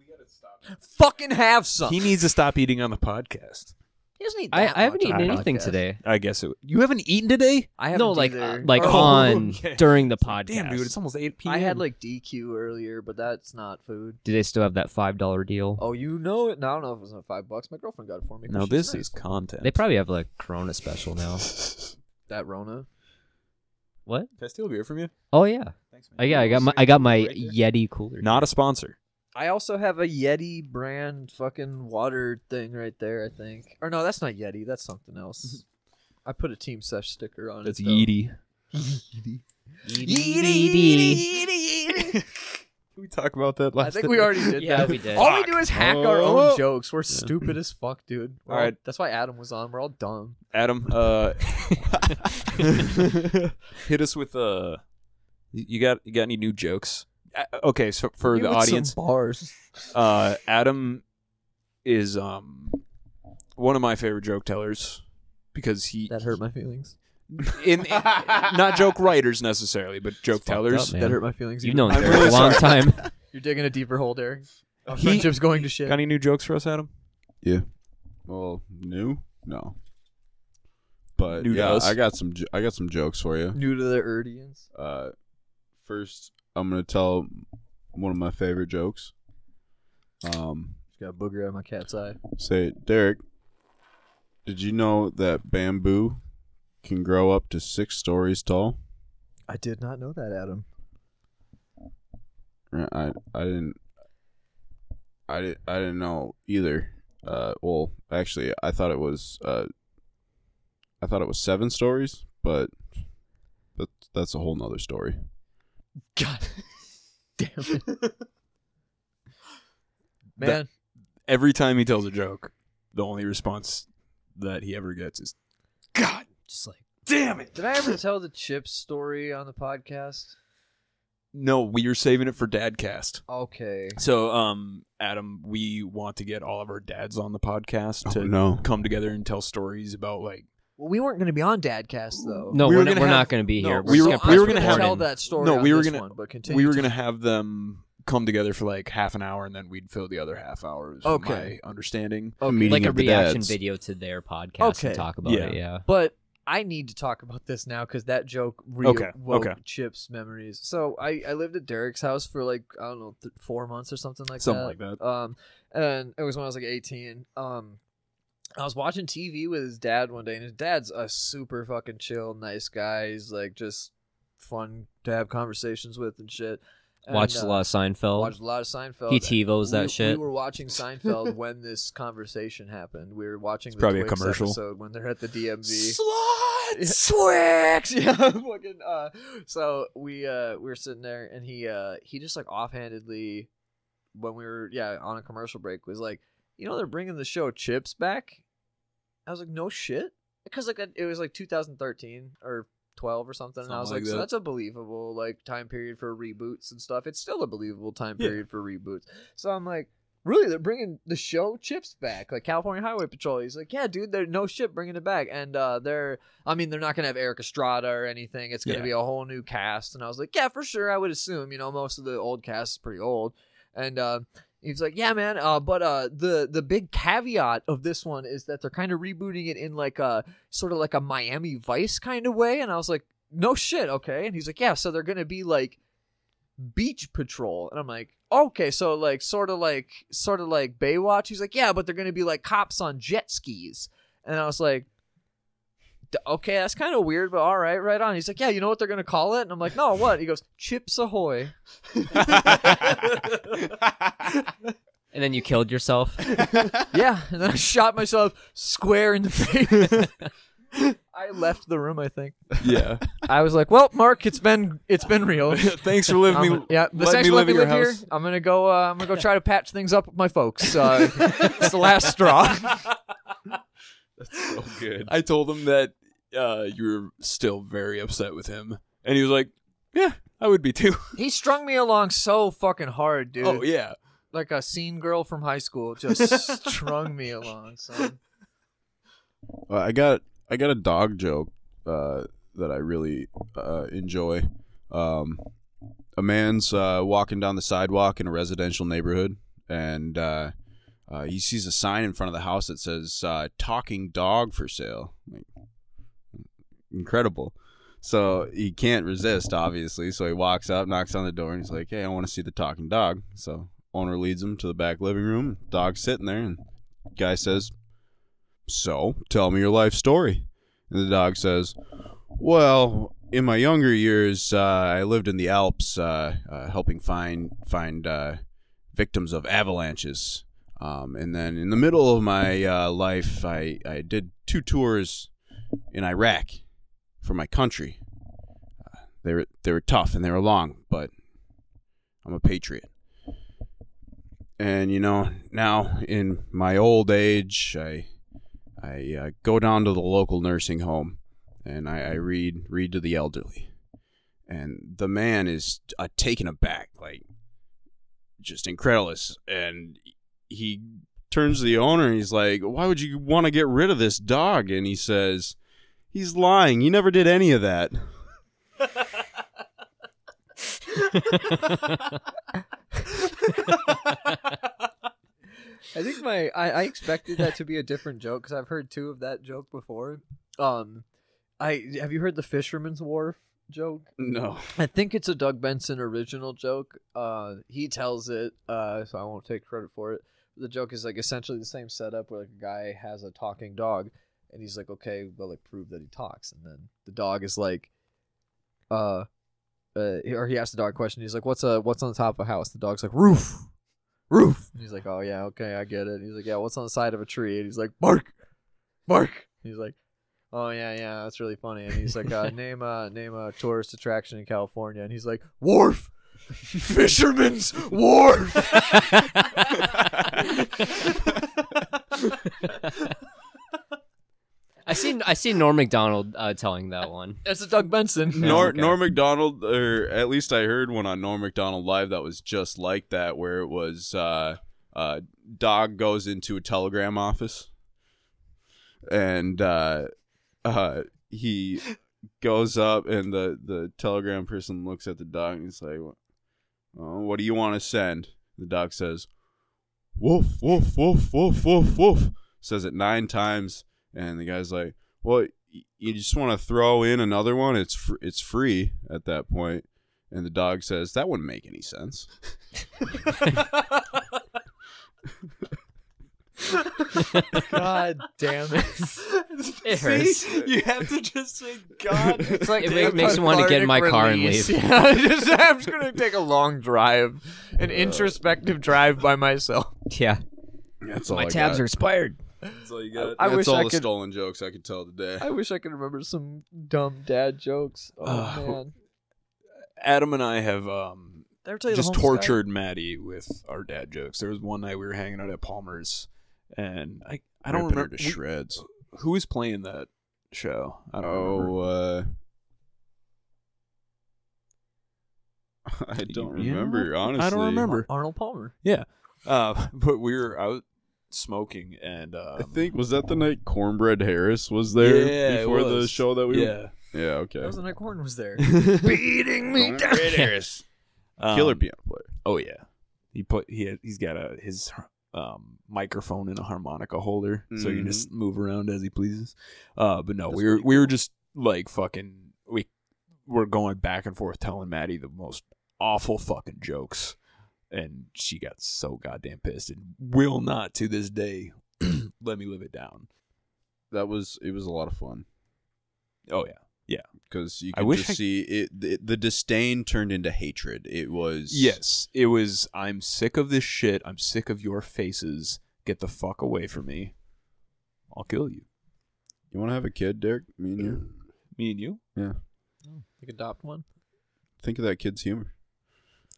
[SPEAKER 5] Fucking have some.
[SPEAKER 1] he needs to stop eating on the podcast.
[SPEAKER 5] He doesn't eat
[SPEAKER 4] I,
[SPEAKER 5] that
[SPEAKER 4] I haven't
[SPEAKER 5] much on
[SPEAKER 4] eaten
[SPEAKER 5] the
[SPEAKER 4] anything
[SPEAKER 5] podcast.
[SPEAKER 4] today.
[SPEAKER 1] I guess it. You haven't eaten today?
[SPEAKER 5] I haven't
[SPEAKER 4] No, like uh,
[SPEAKER 5] either.
[SPEAKER 4] like
[SPEAKER 5] (laughs) Oh,
[SPEAKER 4] on
[SPEAKER 1] okay.
[SPEAKER 4] during the podcast.
[SPEAKER 1] Damn, dude, it's almost eight p.m.
[SPEAKER 5] I had like DQ earlier, but that's not food.
[SPEAKER 4] Do they still have that five dollar deal?
[SPEAKER 5] Oh, you know it. No, I don't know if it was on five bucks. My girlfriend got it for me. 'cause
[SPEAKER 1] Now
[SPEAKER 5] she's
[SPEAKER 1] this
[SPEAKER 5] nice.
[SPEAKER 1] is content.
[SPEAKER 4] They probably have like Corona special now.
[SPEAKER 5] that Rona.
[SPEAKER 4] what?
[SPEAKER 1] Can I steal a beer from you?
[SPEAKER 4] Oh yeah.
[SPEAKER 1] Thanks,
[SPEAKER 4] I, yeah, I got my I got my Yeti cooler.
[SPEAKER 1] Not a sponsor.
[SPEAKER 5] I also have a Yeti brand fucking water thing right there, I think. Or no, that's not Yeti, that's something
[SPEAKER 1] (laughs)
[SPEAKER 5] else. I put a team sesh sticker on
[SPEAKER 1] That's
[SPEAKER 5] it.
[SPEAKER 1] Yeety.
[SPEAKER 4] Yeti.
[SPEAKER 5] Yeti.
[SPEAKER 1] (laughs) Can we talk about that
[SPEAKER 5] I think we already
[SPEAKER 1] (laughs)
[SPEAKER 5] did
[SPEAKER 4] Yeah,
[SPEAKER 5] that.
[SPEAKER 4] we did.
[SPEAKER 5] All we do is hack our own
[SPEAKER 1] Oh.
[SPEAKER 5] jokes. We're stupid as fuck, dude. We're
[SPEAKER 1] All
[SPEAKER 5] all-
[SPEAKER 1] right.
[SPEAKER 5] That's why Adam was on. We're all dumb.
[SPEAKER 1] Adam, (laughs) uh, hit us with uh, y- you got you got any new jokes? Uh, okay, so for the audience,
[SPEAKER 5] bars.
[SPEAKER 1] (laughs) uh, Adam is um one of my favorite joke tellers because he
[SPEAKER 5] That hurt my feelings.
[SPEAKER 1] (laughs) in, in- not
[SPEAKER 4] (laughs)
[SPEAKER 1] joke writers necessarily, but joke tellers.
[SPEAKER 4] man.
[SPEAKER 5] That hurt my feelings.
[SPEAKER 4] You've
[SPEAKER 5] even
[SPEAKER 4] known
[SPEAKER 5] more.
[SPEAKER 1] I'm
[SPEAKER 4] Derek
[SPEAKER 1] really
[SPEAKER 4] a long time.
[SPEAKER 5] You're digging a deeper hole, Derek. Our
[SPEAKER 1] He-
[SPEAKER 5] friendship's going to shit.
[SPEAKER 1] got any new jokes for us, Adam?
[SPEAKER 3] Well, new? No. But
[SPEAKER 1] New to
[SPEAKER 3] yeah,
[SPEAKER 1] us.
[SPEAKER 3] I got some. jo- I got some jokes for you.
[SPEAKER 5] New to the audience.
[SPEAKER 3] Uh, first, I'm gonna tell one of my favorite jokes. Um,
[SPEAKER 5] Just got a booger out of my cat's eye.
[SPEAKER 3] say, Derek, did you know that bamboo can grow up to six stories tall?
[SPEAKER 5] I did not know that, Adam.
[SPEAKER 3] Uh, I I didn't. I didn't. I didn't know either. Uh, well, actually, I thought it was. Uh, I thought it was seven stories, but that that's a whole nother story.
[SPEAKER 5] God damn it. Man,
[SPEAKER 1] Every time he tells a joke, the only response that he ever gets is, "God
[SPEAKER 4] Just like
[SPEAKER 1] damn it!"
[SPEAKER 5] did I ever tell the chips story on the podcast?
[SPEAKER 1] No, we are saving it for Dadcast.
[SPEAKER 5] Okay.
[SPEAKER 1] So, um, Adam, we want to get all of our dads on the podcast to
[SPEAKER 3] Oh, (laughs) no!
[SPEAKER 1] come together and tell stories about like
[SPEAKER 5] Well, we weren't going to be on Dadcast though.
[SPEAKER 4] no,
[SPEAKER 1] We
[SPEAKER 4] we
[SPEAKER 1] were
[SPEAKER 4] are
[SPEAKER 1] gonna
[SPEAKER 4] not, we're
[SPEAKER 1] have-
[SPEAKER 4] not going to be
[SPEAKER 1] no,
[SPEAKER 4] here.
[SPEAKER 1] we
[SPEAKER 4] We're
[SPEAKER 1] were-
[SPEAKER 4] just
[SPEAKER 5] so
[SPEAKER 4] gonna
[SPEAKER 1] we were gonna
[SPEAKER 4] press
[SPEAKER 5] going to
[SPEAKER 1] have-
[SPEAKER 4] record
[SPEAKER 5] tell
[SPEAKER 4] and-
[SPEAKER 5] that story.
[SPEAKER 1] No, we
[SPEAKER 5] on
[SPEAKER 1] were
[SPEAKER 5] this
[SPEAKER 1] gonna-
[SPEAKER 5] one, but continue.
[SPEAKER 1] we were
[SPEAKER 5] to-
[SPEAKER 1] gonna have them come together for like half an hour and then we'd fill the other half hour. Is
[SPEAKER 5] Okay.
[SPEAKER 1] my understanding.
[SPEAKER 3] meeting
[SPEAKER 4] like a
[SPEAKER 3] of the
[SPEAKER 4] reaction
[SPEAKER 3] dads.
[SPEAKER 4] video to their podcast
[SPEAKER 5] Okay.
[SPEAKER 4] and talk about
[SPEAKER 1] Yeah.
[SPEAKER 4] it. Yeah,
[SPEAKER 5] But I need to talk about this now because that joke real
[SPEAKER 1] Okay,
[SPEAKER 5] woke
[SPEAKER 1] okay.
[SPEAKER 5] Chip's memories. So I, I lived at Derek's house for like I don't know th- four months or something like
[SPEAKER 1] Something
[SPEAKER 5] that.
[SPEAKER 1] like that.
[SPEAKER 5] Um, and it was when I was like 18. Um, I was watching TV with his dad one day, and his dad's a super fucking chill, nice guy. He's like just fun to have conversations with and shit. And,
[SPEAKER 4] Watched a
[SPEAKER 5] uh,
[SPEAKER 4] lot of Seinfeld.
[SPEAKER 5] Watched a lot of Seinfeld.
[SPEAKER 4] he TiVos that
[SPEAKER 5] we,
[SPEAKER 4] shit.
[SPEAKER 5] We were watching Seinfeld when this conversation happened. We were watching the
[SPEAKER 1] probably a
[SPEAKER 5] Twix
[SPEAKER 1] commercial.
[SPEAKER 5] episode when they're at the DMV.
[SPEAKER 8] Sluts!
[SPEAKER 5] Twix, (laughs) yeah, fucking. Uh, so we uh we were sitting there, and he uh he just like offhandedly, when we were yeah on a commercial break, was like, you know they're bringing the show Chips back. I was like, no shit, because like it was like 2013 or 12 or something, and I was
[SPEAKER 1] Something
[SPEAKER 5] like,
[SPEAKER 1] like
[SPEAKER 5] so
[SPEAKER 1] that.
[SPEAKER 5] that's a believable like time period for reboots and stuff. It's still a believable time
[SPEAKER 1] Yeah.
[SPEAKER 5] period for reboots. So I'm like, really? They're bringing the show Chips back, like California Highway Patrol. He's like, yeah, dude, they're no shit bringing it back, and uh, they're, I mean, they're not gonna have Eric Estrada or anything. It's gonna
[SPEAKER 1] Yeah.
[SPEAKER 5] be a whole new cast. And I was like, yeah, for sure. I would assume, you know, most of the old cast is pretty old, and uh, he was like, "Yeah, man, uh, but uh, the the big caveat of this one is that they're kind of rebooting it in like a sort of like a Miami Vice kind of way." And I was like, "No shit, okay." And he's like, "Yeah, so they're gonna be like Beach Patrol," and I'm like, "Okay, so like sort of like sort of like Baywatch." He's like, "Yeah, but they're gonna be like cops on jet skis," and I was like. "D- Okay, that's kind of weird, but all right, right on. He's like, yeah, you know what they're gonna call it, and I'm like, no, what? He goes, Chips Ahoy.
[SPEAKER 4] and then you killed
[SPEAKER 5] (laughs)
[SPEAKER 4] yourself.
[SPEAKER 5] yeah, and then I shot myself square in the face. I left the room. I think
[SPEAKER 1] Yeah.
[SPEAKER 5] I was like, "Well, Mark, it's been it's been (laughs) real.
[SPEAKER 1] Thanks for living.
[SPEAKER 5] I'm- yeah, the
[SPEAKER 1] let
[SPEAKER 5] sex
[SPEAKER 1] me live
[SPEAKER 5] let me
[SPEAKER 1] at your
[SPEAKER 5] live here.
[SPEAKER 1] house.
[SPEAKER 5] I'm gonna go. Uh, I'm gonna go try to patch things up with my folks. Uh, it's the last straw.
[SPEAKER 1] so good. I told him that uh, you were still very upset with him, and he was like, "Yeah, I would be too."
[SPEAKER 5] (laughs) He strung me along so fucking hard, dude.
[SPEAKER 1] Oh yeah,
[SPEAKER 5] Like a scene girl from high school (laughs) just strung me along. Son.
[SPEAKER 3] Uh, I got I got a dog joke uh, that I really uh, enjoy. Um, a man's uh, walking down the sidewalk in a residential neighborhood, and uh, uh, he sees a sign in front of the house that says uh, "Talking Dog for Sale." Like, incredible. So he can't resist, obviously. So he walks up, knocks on the door, and he's like, "Hey, I want to see the talking dog." So owner leads him to the back living room. Dog's sitting there, and guy says, so, tell me your life story. And the dog says, Well, in my younger years, uh, I lived in the Alps, uh, uh, helping find find uh, victims of avalanches. Um, and then in the middle of my uh, life, I, I did two tours in Iraq for my country. Uh, they were they were tough and they were long, but I'm a patriot and you know now in my old age i i uh, go down to the local nursing home and I, I read read to the elderly and the man is uh, taken aback like just incredulous and he turns to the owner and he's like why would you want to get rid of this dog and he says he's lying he never did any of that
[SPEAKER 5] I think my I, I expected that to be a different joke because I've heard two of that joke before. Um, I have you heard the Fisherman's Wharf joke?
[SPEAKER 3] no
[SPEAKER 5] I think it's a Doug Benson original joke. Uh, he tells it, uh, so I won't take credit for it. The joke is like essentially the same setup where like a guy has a talking dog, and he's like, "Okay, well, like prove that he talks," and then the dog is like, "Uh, uh," or he asks the dog a question. He's like, "What's a what's on the top of a house?" The dog's like, "Roof, roof," and he's like, "Oh yeah, okay, I get it." And he's like, "Yeah, what's on the side of a tree?" And he's like, "Bark, bark." And he's like. Oh yeah, yeah, that's really funny. And he's like, (laughs) uh, name a name a tourist attraction in California, and he's like, wharf, fisherman's wharf.
[SPEAKER 4] I seen I seen Norm Macdonald uh, telling that one.
[SPEAKER 5] (laughs) That's a Doug Benson. (laughs)
[SPEAKER 4] Yeah,
[SPEAKER 3] Nor
[SPEAKER 4] okay.
[SPEAKER 3] Norm Macdonald, or at least I heard one on Norm Macdonald Live that was just like that, where it was uh, uh, dog goes into a telegram office, and uh, uh, he goes up, and the the telegram person looks at the dog and he's like, "Oh, "What do you want to send?" The dog says, "Woof woof woof woof woof woof," says it nine times, and the guy's like, well, y- you just want to throw in another one. It's fr- it's free at that point. And the dog says that wouldn't make any sense.
[SPEAKER 9] God damn it.
[SPEAKER 4] It hurts.
[SPEAKER 5] you have to just say God. It's like
[SPEAKER 4] It
[SPEAKER 5] the
[SPEAKER 4] makes me want to get in my car and leave.
[SPEAKER 5] cathartic release. (laughs) Yeah, just- I'm just gonna take a long drive, an introspective drive by myself.
[SPEAKER 4] Yeah.
[SPEAKER 3] That's all
[SPEAKER 4] my
[SPEAKER 3] I
[SPEAKER 4] tabs are expired.
[SPEAKER 1] That's all you got.
[SPEAKER 3] got. I,
[SPEAKER 5] I
[SPEAKER 3] That's
[SPEAKER 5] wish
[SPEAKER 3] all
[SPEAKER 5] I
[SPEAKER 3] the
[SPEAKER 5] could-
[SPEAKER 3] stolen jokes I could tell today.
[SPEAKER 5] I wish I could remember some dumb dad jokes. Oh
[SPEAKER 1] Uh,
[SPEAKER 5] man,
[SPEAKER 1] Adam and I have um,
[SPEAKER 5] Did I ever tell you the
[SPEAKER 1] just
[SPEAKER 5] Holmes
[SPEAKER 1] tortured Maddie with our dad jokes. There was one night we were hanging out at Palmer's, and I I don't
[SPEAKER 3] Ripping her
[SPEAKER 1] remember
[SPEAKER 3] to
[SPEAKER 1] we-
[SPEAKER 3] shreds.
[SPEAKER 1] who was playing that show. I don't remember.
[SPEAKER 3] Oh, uh, uh, (laughs) I don't
[SPEAKER 1] Yeah,
[SPEAKER 3] remember.
[SPEAKER 1] I don't
[SPEAKER 3] Honestly,
[SPEAKER 1] remember.
[SPEAKER 5] guy? Arnold Palmer.
[SPEAKER 1] Uh, (laughs) but we were out smoking, and um,
[SPEAKER 3] I think was that the night Cornbread Harris was there
[SPEAKER 1] Yeah, it
[SPEAKER 3] before the
[SPEAKER 1] was.
[SPEAKER 3] show that we.
[SPEAKER 1] yeah,
[SPEAKER 3] Yeah. Okay.
[SPEAKER 5] That was the night Horn was (laughs) there.
[SPEAKER 3] beating me down. Harris, killer
[SPEAKER 1] Um,
[SPEAKER 3] piano player.
[SPEAKER 1] Oh yeah, he put he had- he's got a his um, microphone in a harmonica holder, so you can
[SPEAKER 3] Mhm.
[SPEAKER 1] just move around as he pleases. Uh, but no,
[SPEAKER 3] That's
[SPEAKER 1] we were
[SPEAKER 3] pretty
[SPEAKER 1] we were
[SPEAKER 3] cool.
[SPEAKER 1] just like fucking we were going back and forth telling Maddie the most awful fucking jokes, and she got so goddamn pissed and will not to this day (clears throat) let me live it down.
[SPEAKER 3] That was it. Was a lot of fun
[SPEAKER 1] Oh yeah,
[SPEAKER 3] because you
[SPEAKER 1] I
[SPEAKER 3] could
[SPEAKER 1] wish
[SPEAKER 3] just
[SPEAKER 1] I-
[SPEAKER 3] see it. The, the disdain turned into hatred. It was
[SPEAKER 1] yes, it was. I'm sick of this shit. I'm sick of your faces. Get the fuck away from me. I'll kill you.
[SPEAKER 3] You want to have a kid, Derek? Me and you.
[SPEAKER 1] Me and you,
[SPEAKER 5] Like adopt one.
[SPEAKER 3] Think of that kid's humor.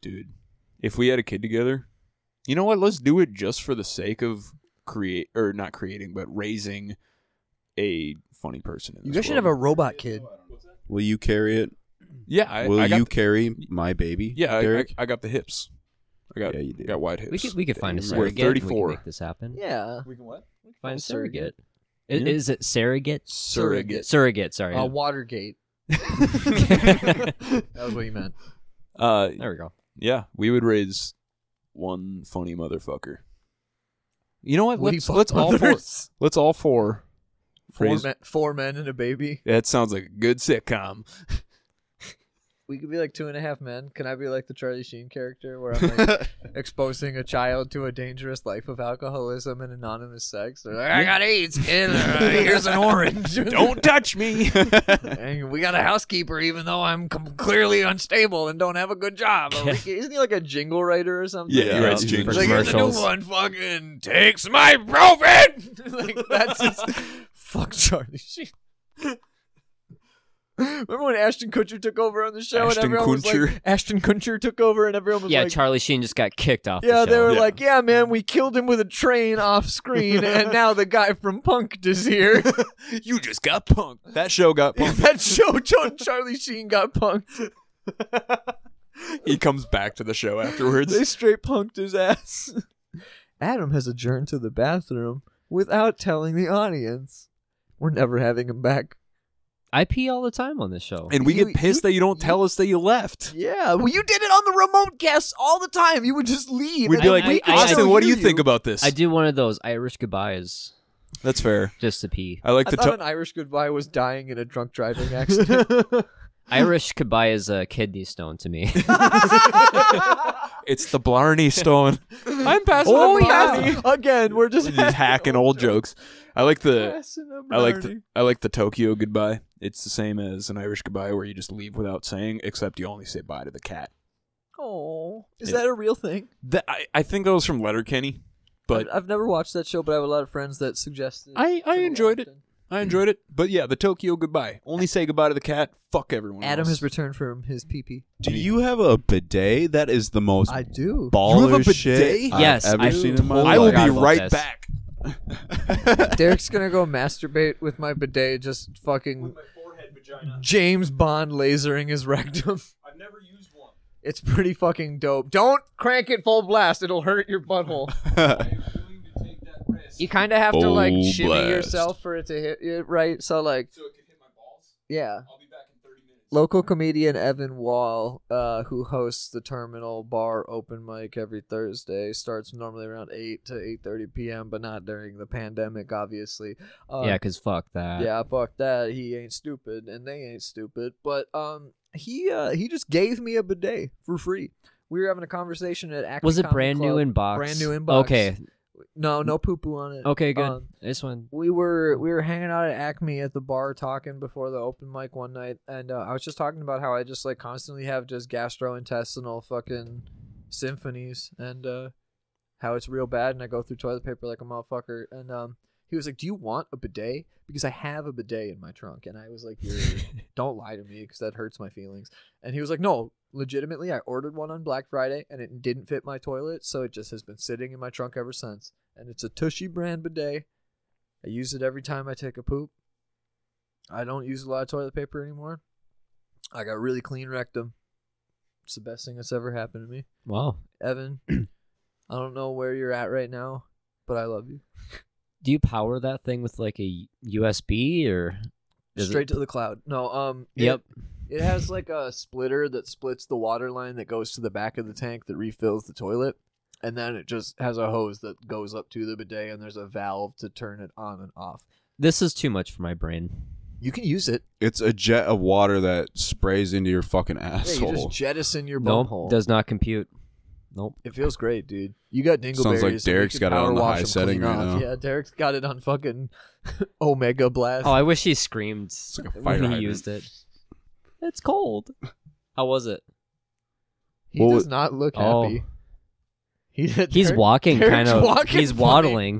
[SPEAKER 1] dude. If we had a kid together, you know what? Let's do it just for the sake of create or not creating, but raising a funny person. In
[SPEAKER 9] You
[SPEAKER 1] this
[SPEAKER 9] guys should have a
[SPEAKER 1] world.
[SPEAKER 9] robot kid.
[SPEAKER 3] Will you carry it?
[SPEAKER 1] yeah. I,
[SPEAKER 3] Will
[SPEAKER 1] I got
[SPEAKER 3] you
[SPEAKER 1] the-
[SPEAKER 3] carry my baby?
[SPEAKER 1] yeah, I, I,
[SPEAKER 3] Derek.
[SPEAKER 1] I got the hips. I got
[SPEAKER 3] yeah, you do. (laughs)
[SPEAKER 1] got wide hips.
[SPEAKER 4] We could we could find a
[SPEAKER 1] We're
[SPEAKER 4] surrogate. and We
[SPEAKER 1] 34.
[SPEAKER 4] can make this happen.
[SPEAKER 5] Yeah.
[SPEAKER 1] we can what?
[SPEAKER 4] Find a surrogate. I-
[SPEAKER 1] Yeah.
[SPEAKER 4] Is it surrogate?
[SPEAKER 1] Surrogate.
[SPEAKER 4] Surrogate. Sorry.
[SPEAKER 1] (laughs)
[SPEAKER 5] Uh, Watergate.
[SPEAKER 4] there
[SPEAKER 5] That was what you meant.
[SPEAKER 1] Uh,
[SPEAKER 4] we go.
[SPEAKER 1] yeah, we would raise one funny motherfucker. You know what?
[SPEAKER 9] Woody
[SPEAKER 1] Let's, let's all (laughs) four.
[SPEAKER 9] Mothers.
[SPEAKER 1] Let's all four.
[SPEAKER 9] Four
[SPEAKER 1] raise-
[SPEAKER 9] men, four men and a baby.
[SPEAKER 1] That sounds like a good sitcom.
[SPEAKER 5] We could be like two and a half men. Can I be like the Charlie Sheen character where I'm
[SPEAKER 3] (laughs)
[SPEAKER 5] like exposing a child to a dangerous life of alcoholism and anonymous sex? They're like, I got AIDS. And, uh, here's an orange.
[SPEAKER 1] Don't touch
[SPEAKER 5] (laughs)
[SPEAKER 1] me.
[SPEAKER 5] And we got a housekeeper, even though I'm com- clearly unstable and don't have a good job. I'm like, Isn't he like a jingle writer or something?
[SPEAKER 1] Yeah, he writes
[SPEAKER 3] he's
[SPEAKER 1] jingles.
[SPEAKER 5] It's like here's a new
[SPEAKER 4] commercials.
[SPEAKER 5] one. Fucking takes my profit. (laughs) like that's just, fuck Charlie Sheen. Remember when Ashton Kutcher took over on the show
[SPEAKER 1] Ashton
[SPEAKER 5] and everyone was
[SPEAKER 1] Kutcher.
[SPEAKER 5] like, Ashton Kutcher took over and everyone was
[SPEAKER 4] Yeah,
[SPEAKER 5] like,
[SPEAKER 4] Charlie Sheen just got kicked off.
[SPEAKER 5] yeah,
[SPEAKER 4] the
[SPEAKER 5] they
[SPEAKER 4] show.
[SPEAKER 5] were
[SPEAKER 1] Yeah.
[SPEAKER 5] like, yeah, man, we killed him with a train off screen, (laughs) and now the guy from Punked is (laughs) here.
[SPEAKER 1] you just got punked. That show got punked.
[SPEAKER 5] (laughs) that show, John Charlie Sheen got (laughs) punked.
[SPEAKER 1] he comes back to the (laughs) show
[SPEAKER 5] They
[SPEAKER 1] afterwards.
[SPEAKER 5] straight punked his ass. (laughs) Adam has adjourned to the bathroom without telling the audience. We're never having him back.
[SPEAKER 4] I pee all the time on this show.
[SPEAKER 1] And we
[SPEAKER 5] You-
[SPEAKER 1] get pissed that you don't tell us that you left.
[SPEAKER 5] Yeah, well, you did it on the remote cast all the time. You would just leave.
[SPEAKER 1] We'd
[SPEAKER 5] and
[SPEAKER 1] be
[SPEAKER 4] I-
[SPEAKER 1] like,
[SPEAKER 4] I- I-
[SPEAKER 1] Austin,
[SPEAKER 4] I-
[SPEAKER 1] what do you think about this?
[SPEAKER 4] I do one of those Irish goodbyes
[SPEAKER 1] That's fair.
[SPEAKER 4] just to
[SPEAKER 5] (laughs)
[SPEAKER 4] pee.
[SPEAKER 1] I like
[SPEAKER 5] I
[SPEAKER 1] the
[SPEAKER 5] thought
[SPEAKER 1] to-
[SPEAKER 5] an Irish goodbye was dying in a drunk (laughs) driving accident.
[SPEAKER 4] Irish goodbye is a kidney stone to
[SPEAKER 5] (laughs)
[SPEAKER 4] me.
[SPEAKER 1] it's the (laughs) Blarney Stone. I'm passing
[SPEAKER 5] oh
[SPEAKER 1] the Blarney.
[SPEAKER 5] yeah, (laughs) again, we're
[SPEAKER 1] (laughs)
[SPEAKER 5] just,
[SPEAKER 1] Just hacking old jokes. I like the
[SPEAKER 5] Passing a
[SPEAKER 1] I like
[SPEAKER 5] brownie.
[SPEAKER 1] the I like the Tokyo goodbye. It's the same as an Irish goodbye where you just leave without saying, except you only say bye to the cat.
[SPEAKER 5] Oh, is
[SPEAKER 1] Yeah.
[SPEAKER 5] that a real thing?
[SPEAKER 1] That, I, I think that was from Letterkenny, but
[SPEAKER 5] I've, I've never watched that show, but I have a lot of friends that suggested.
[SPEAKER 1] I, I
[SPEAKER 5] pretty
[SPEAKER 1] enjoyed it.
[SPEAKER 5] often.
[SPEAKER 1] I enjoyed it. But yeah, the Tokyo goodbye. Only say goodbye to the cat. Fuck everyone.
[SPEAKER 5] Adam
[SPEAKER 1] else.
[SPEAKER 5] has returned from his PP.
[SPEAKER 3] Do you have a bidet? That is the most
[SPEAKER 5] I do.
[SPEAKER 3] baller
[SPEAKER 1] You have a
[SPEAKER 3] shit
[SPEAKER 1] bidet?
[SPEAKER 3] I've
[SPEAKER 4] Yes,
[SPEAKER 3] ever
[SPEAKER 4] I
[SPEAKER 3] seen in my
[SPEAKER 4] totally
[SPEAKER 1] I will
[SPEAKER 3] life.
[SPEAKER 4] forgot
[SPEAKER 1] be
[SPEAKER 4] about
[SPEAKER 1] right
[SPEAKER 4] this.
[SPEAKER 1] back.
[SPEAKER 5] Derek's gonna go masturbate with my bidet, just fucking James Bond lasering his rectum.
[SPEAKER 1] (laughs) I've never used one.
[SPEAKER 5] It's pretty fucking dope. Don't crank it full blast; it'll hurt
[SPEAKER 1] (laughs)
[SPEAKER 5] your butthole. You kind of have to like
[SPEAKER 3] Full
[SPEAKER 5] shimmy
[SPEAKER 3] blast.
[SPEAKER 5] yourself for it to hit you, right? So like,
[SPEAKER 1] So it can hit my balls.
[SPEAKER 5] yeah.
[SPEAKER 1] I'll be back in 30 minutes.
[SPEAKER 5] local comedian Evan Wall, uh, who hosts the Terminal Bar open mic every Thursday, starts normally around eight to eight thirty p.m., but not during the pandemic, obviously. Uh,
[SPEAKER 4] yeah, cause fuck that.
[SPEAKER 5] yeah, fuck that. He ain't stupid, and they ain't stupid. But um, he uh, he just gave me a bidet for free. We were having a conversation at Acme
[SPEAKER 4] Was it
[SPEAKER 5] Comedy
[SPEAKER 4] brand new
[SPEAKER 5] Club.
[SPEAKER 4] in box?
[SPEAKER 5] Brand new in box.
[SPEAKER 4] Okay.
[SPEAKER 5] No, no poo poo on it.
[SPEAKER 4] Okay. Good.
[SPEAKER 5] Um,
[SPEAKER 4] this one.
[SPEAKER 5] we were we were hanging out at Acme at the bar talking before the open mic one night, and uh, I was just talking about how I just like constantly have just gastrointestinal fucking symphonies, and uh, how it's real bad, and I go through toilet paper like a motherfucker. And um, he was like, "Do you want a bidet? Because I have a bidet in my trunk." And I was like, "You're don't lie to me because that hurts my feelings. And he was like, no, legitimately, I ordered one on Black Friday and it didn't fit my toilet, so it just has been sitting in my trunk ever since. And it's a Tushy brand bidet. I use it every time I take a poop. I don't use a lot of toilet paper anymore. I got really clean rectum. It's the best thing that's ever happened to me.
[SPEAKER 4] Wow. (clears throat)
[SPEAKER 5] Evan, I don't know where you're at right now, but I love you.
[SPEAKER 4] Do you power that thing with like a USB or? does it-
[SPEAKER 5] Straight to the cloud. No, um. it-
[SPEAKER 4] Yep.
[SPEAKER 5] It has like a splitter that splits the water line that goes to the back of the tank that refills the toilet. And then it just has a hose that goes up to the bidet and there's a valve to turn it on and off.
[SPEAKER 4] This is too much for my brain.
[SPEAKER 5] You can use it.
[SPEAKER 3] (laughs) It's a jet of water that sprays into your fucking
[SPEAKER 5] Yeah, you just
[SPEAKER 3] asshole.
[SPEAKER 5] jettison your bum
[SPEAKER 4] Nope.
[SPEAKER 5] hole.
[SPEAKER 4] Does not compute. Nope.
[SPEAKER 5] It feels great, dude. You got dingleberries.
[SPEAKER 3] Sounds like
[SPEAKER 5] and you
[SPEAKER 3] Derek's
[SPEAKER 5] can
[SPEAKER 3] got it
[SPEAKER 5] power
[SPEAKER 3] on the
[SPEAKER 5] wash
[SPEAKER 3] high
[SPEAKER 5] them
[SPEAKER 3] setting
[SPEAKER 5] clean
[SPEAKER 3] right
[SPEAKER 5] off.
[SPEAKER 3] now.
[SPEAKER 5] Yeah, Derek's got it on fucking (laughs) Omega Blast.
[SPEAKER 4] Oh, I wish he screamed
[SPEAKER 3] like a fire
[SPEAKER 4] when he
[SPEAKER 3] hydrant.
[SPEAKER 4] used it. It's cold. How was it?
[SPEAKER 5] he
[SPEAKER 3] Well,
[SPEAKER 5] does not look
[SPEAKER 4] oh.
[SPEAKER 5] happy. He, (laughs)
[SPEAKER 4] He's
[SPEAKER 5] Derek-
[SPEAKER 4] walking, kind
[SPEAKER 5] Derek's
[SPEAKER 4] of.
[SPEAKER 5] walking
[SPEAKER 4] he's
[SPEAKER 5] funny.
[SPEAKER 4] waddling.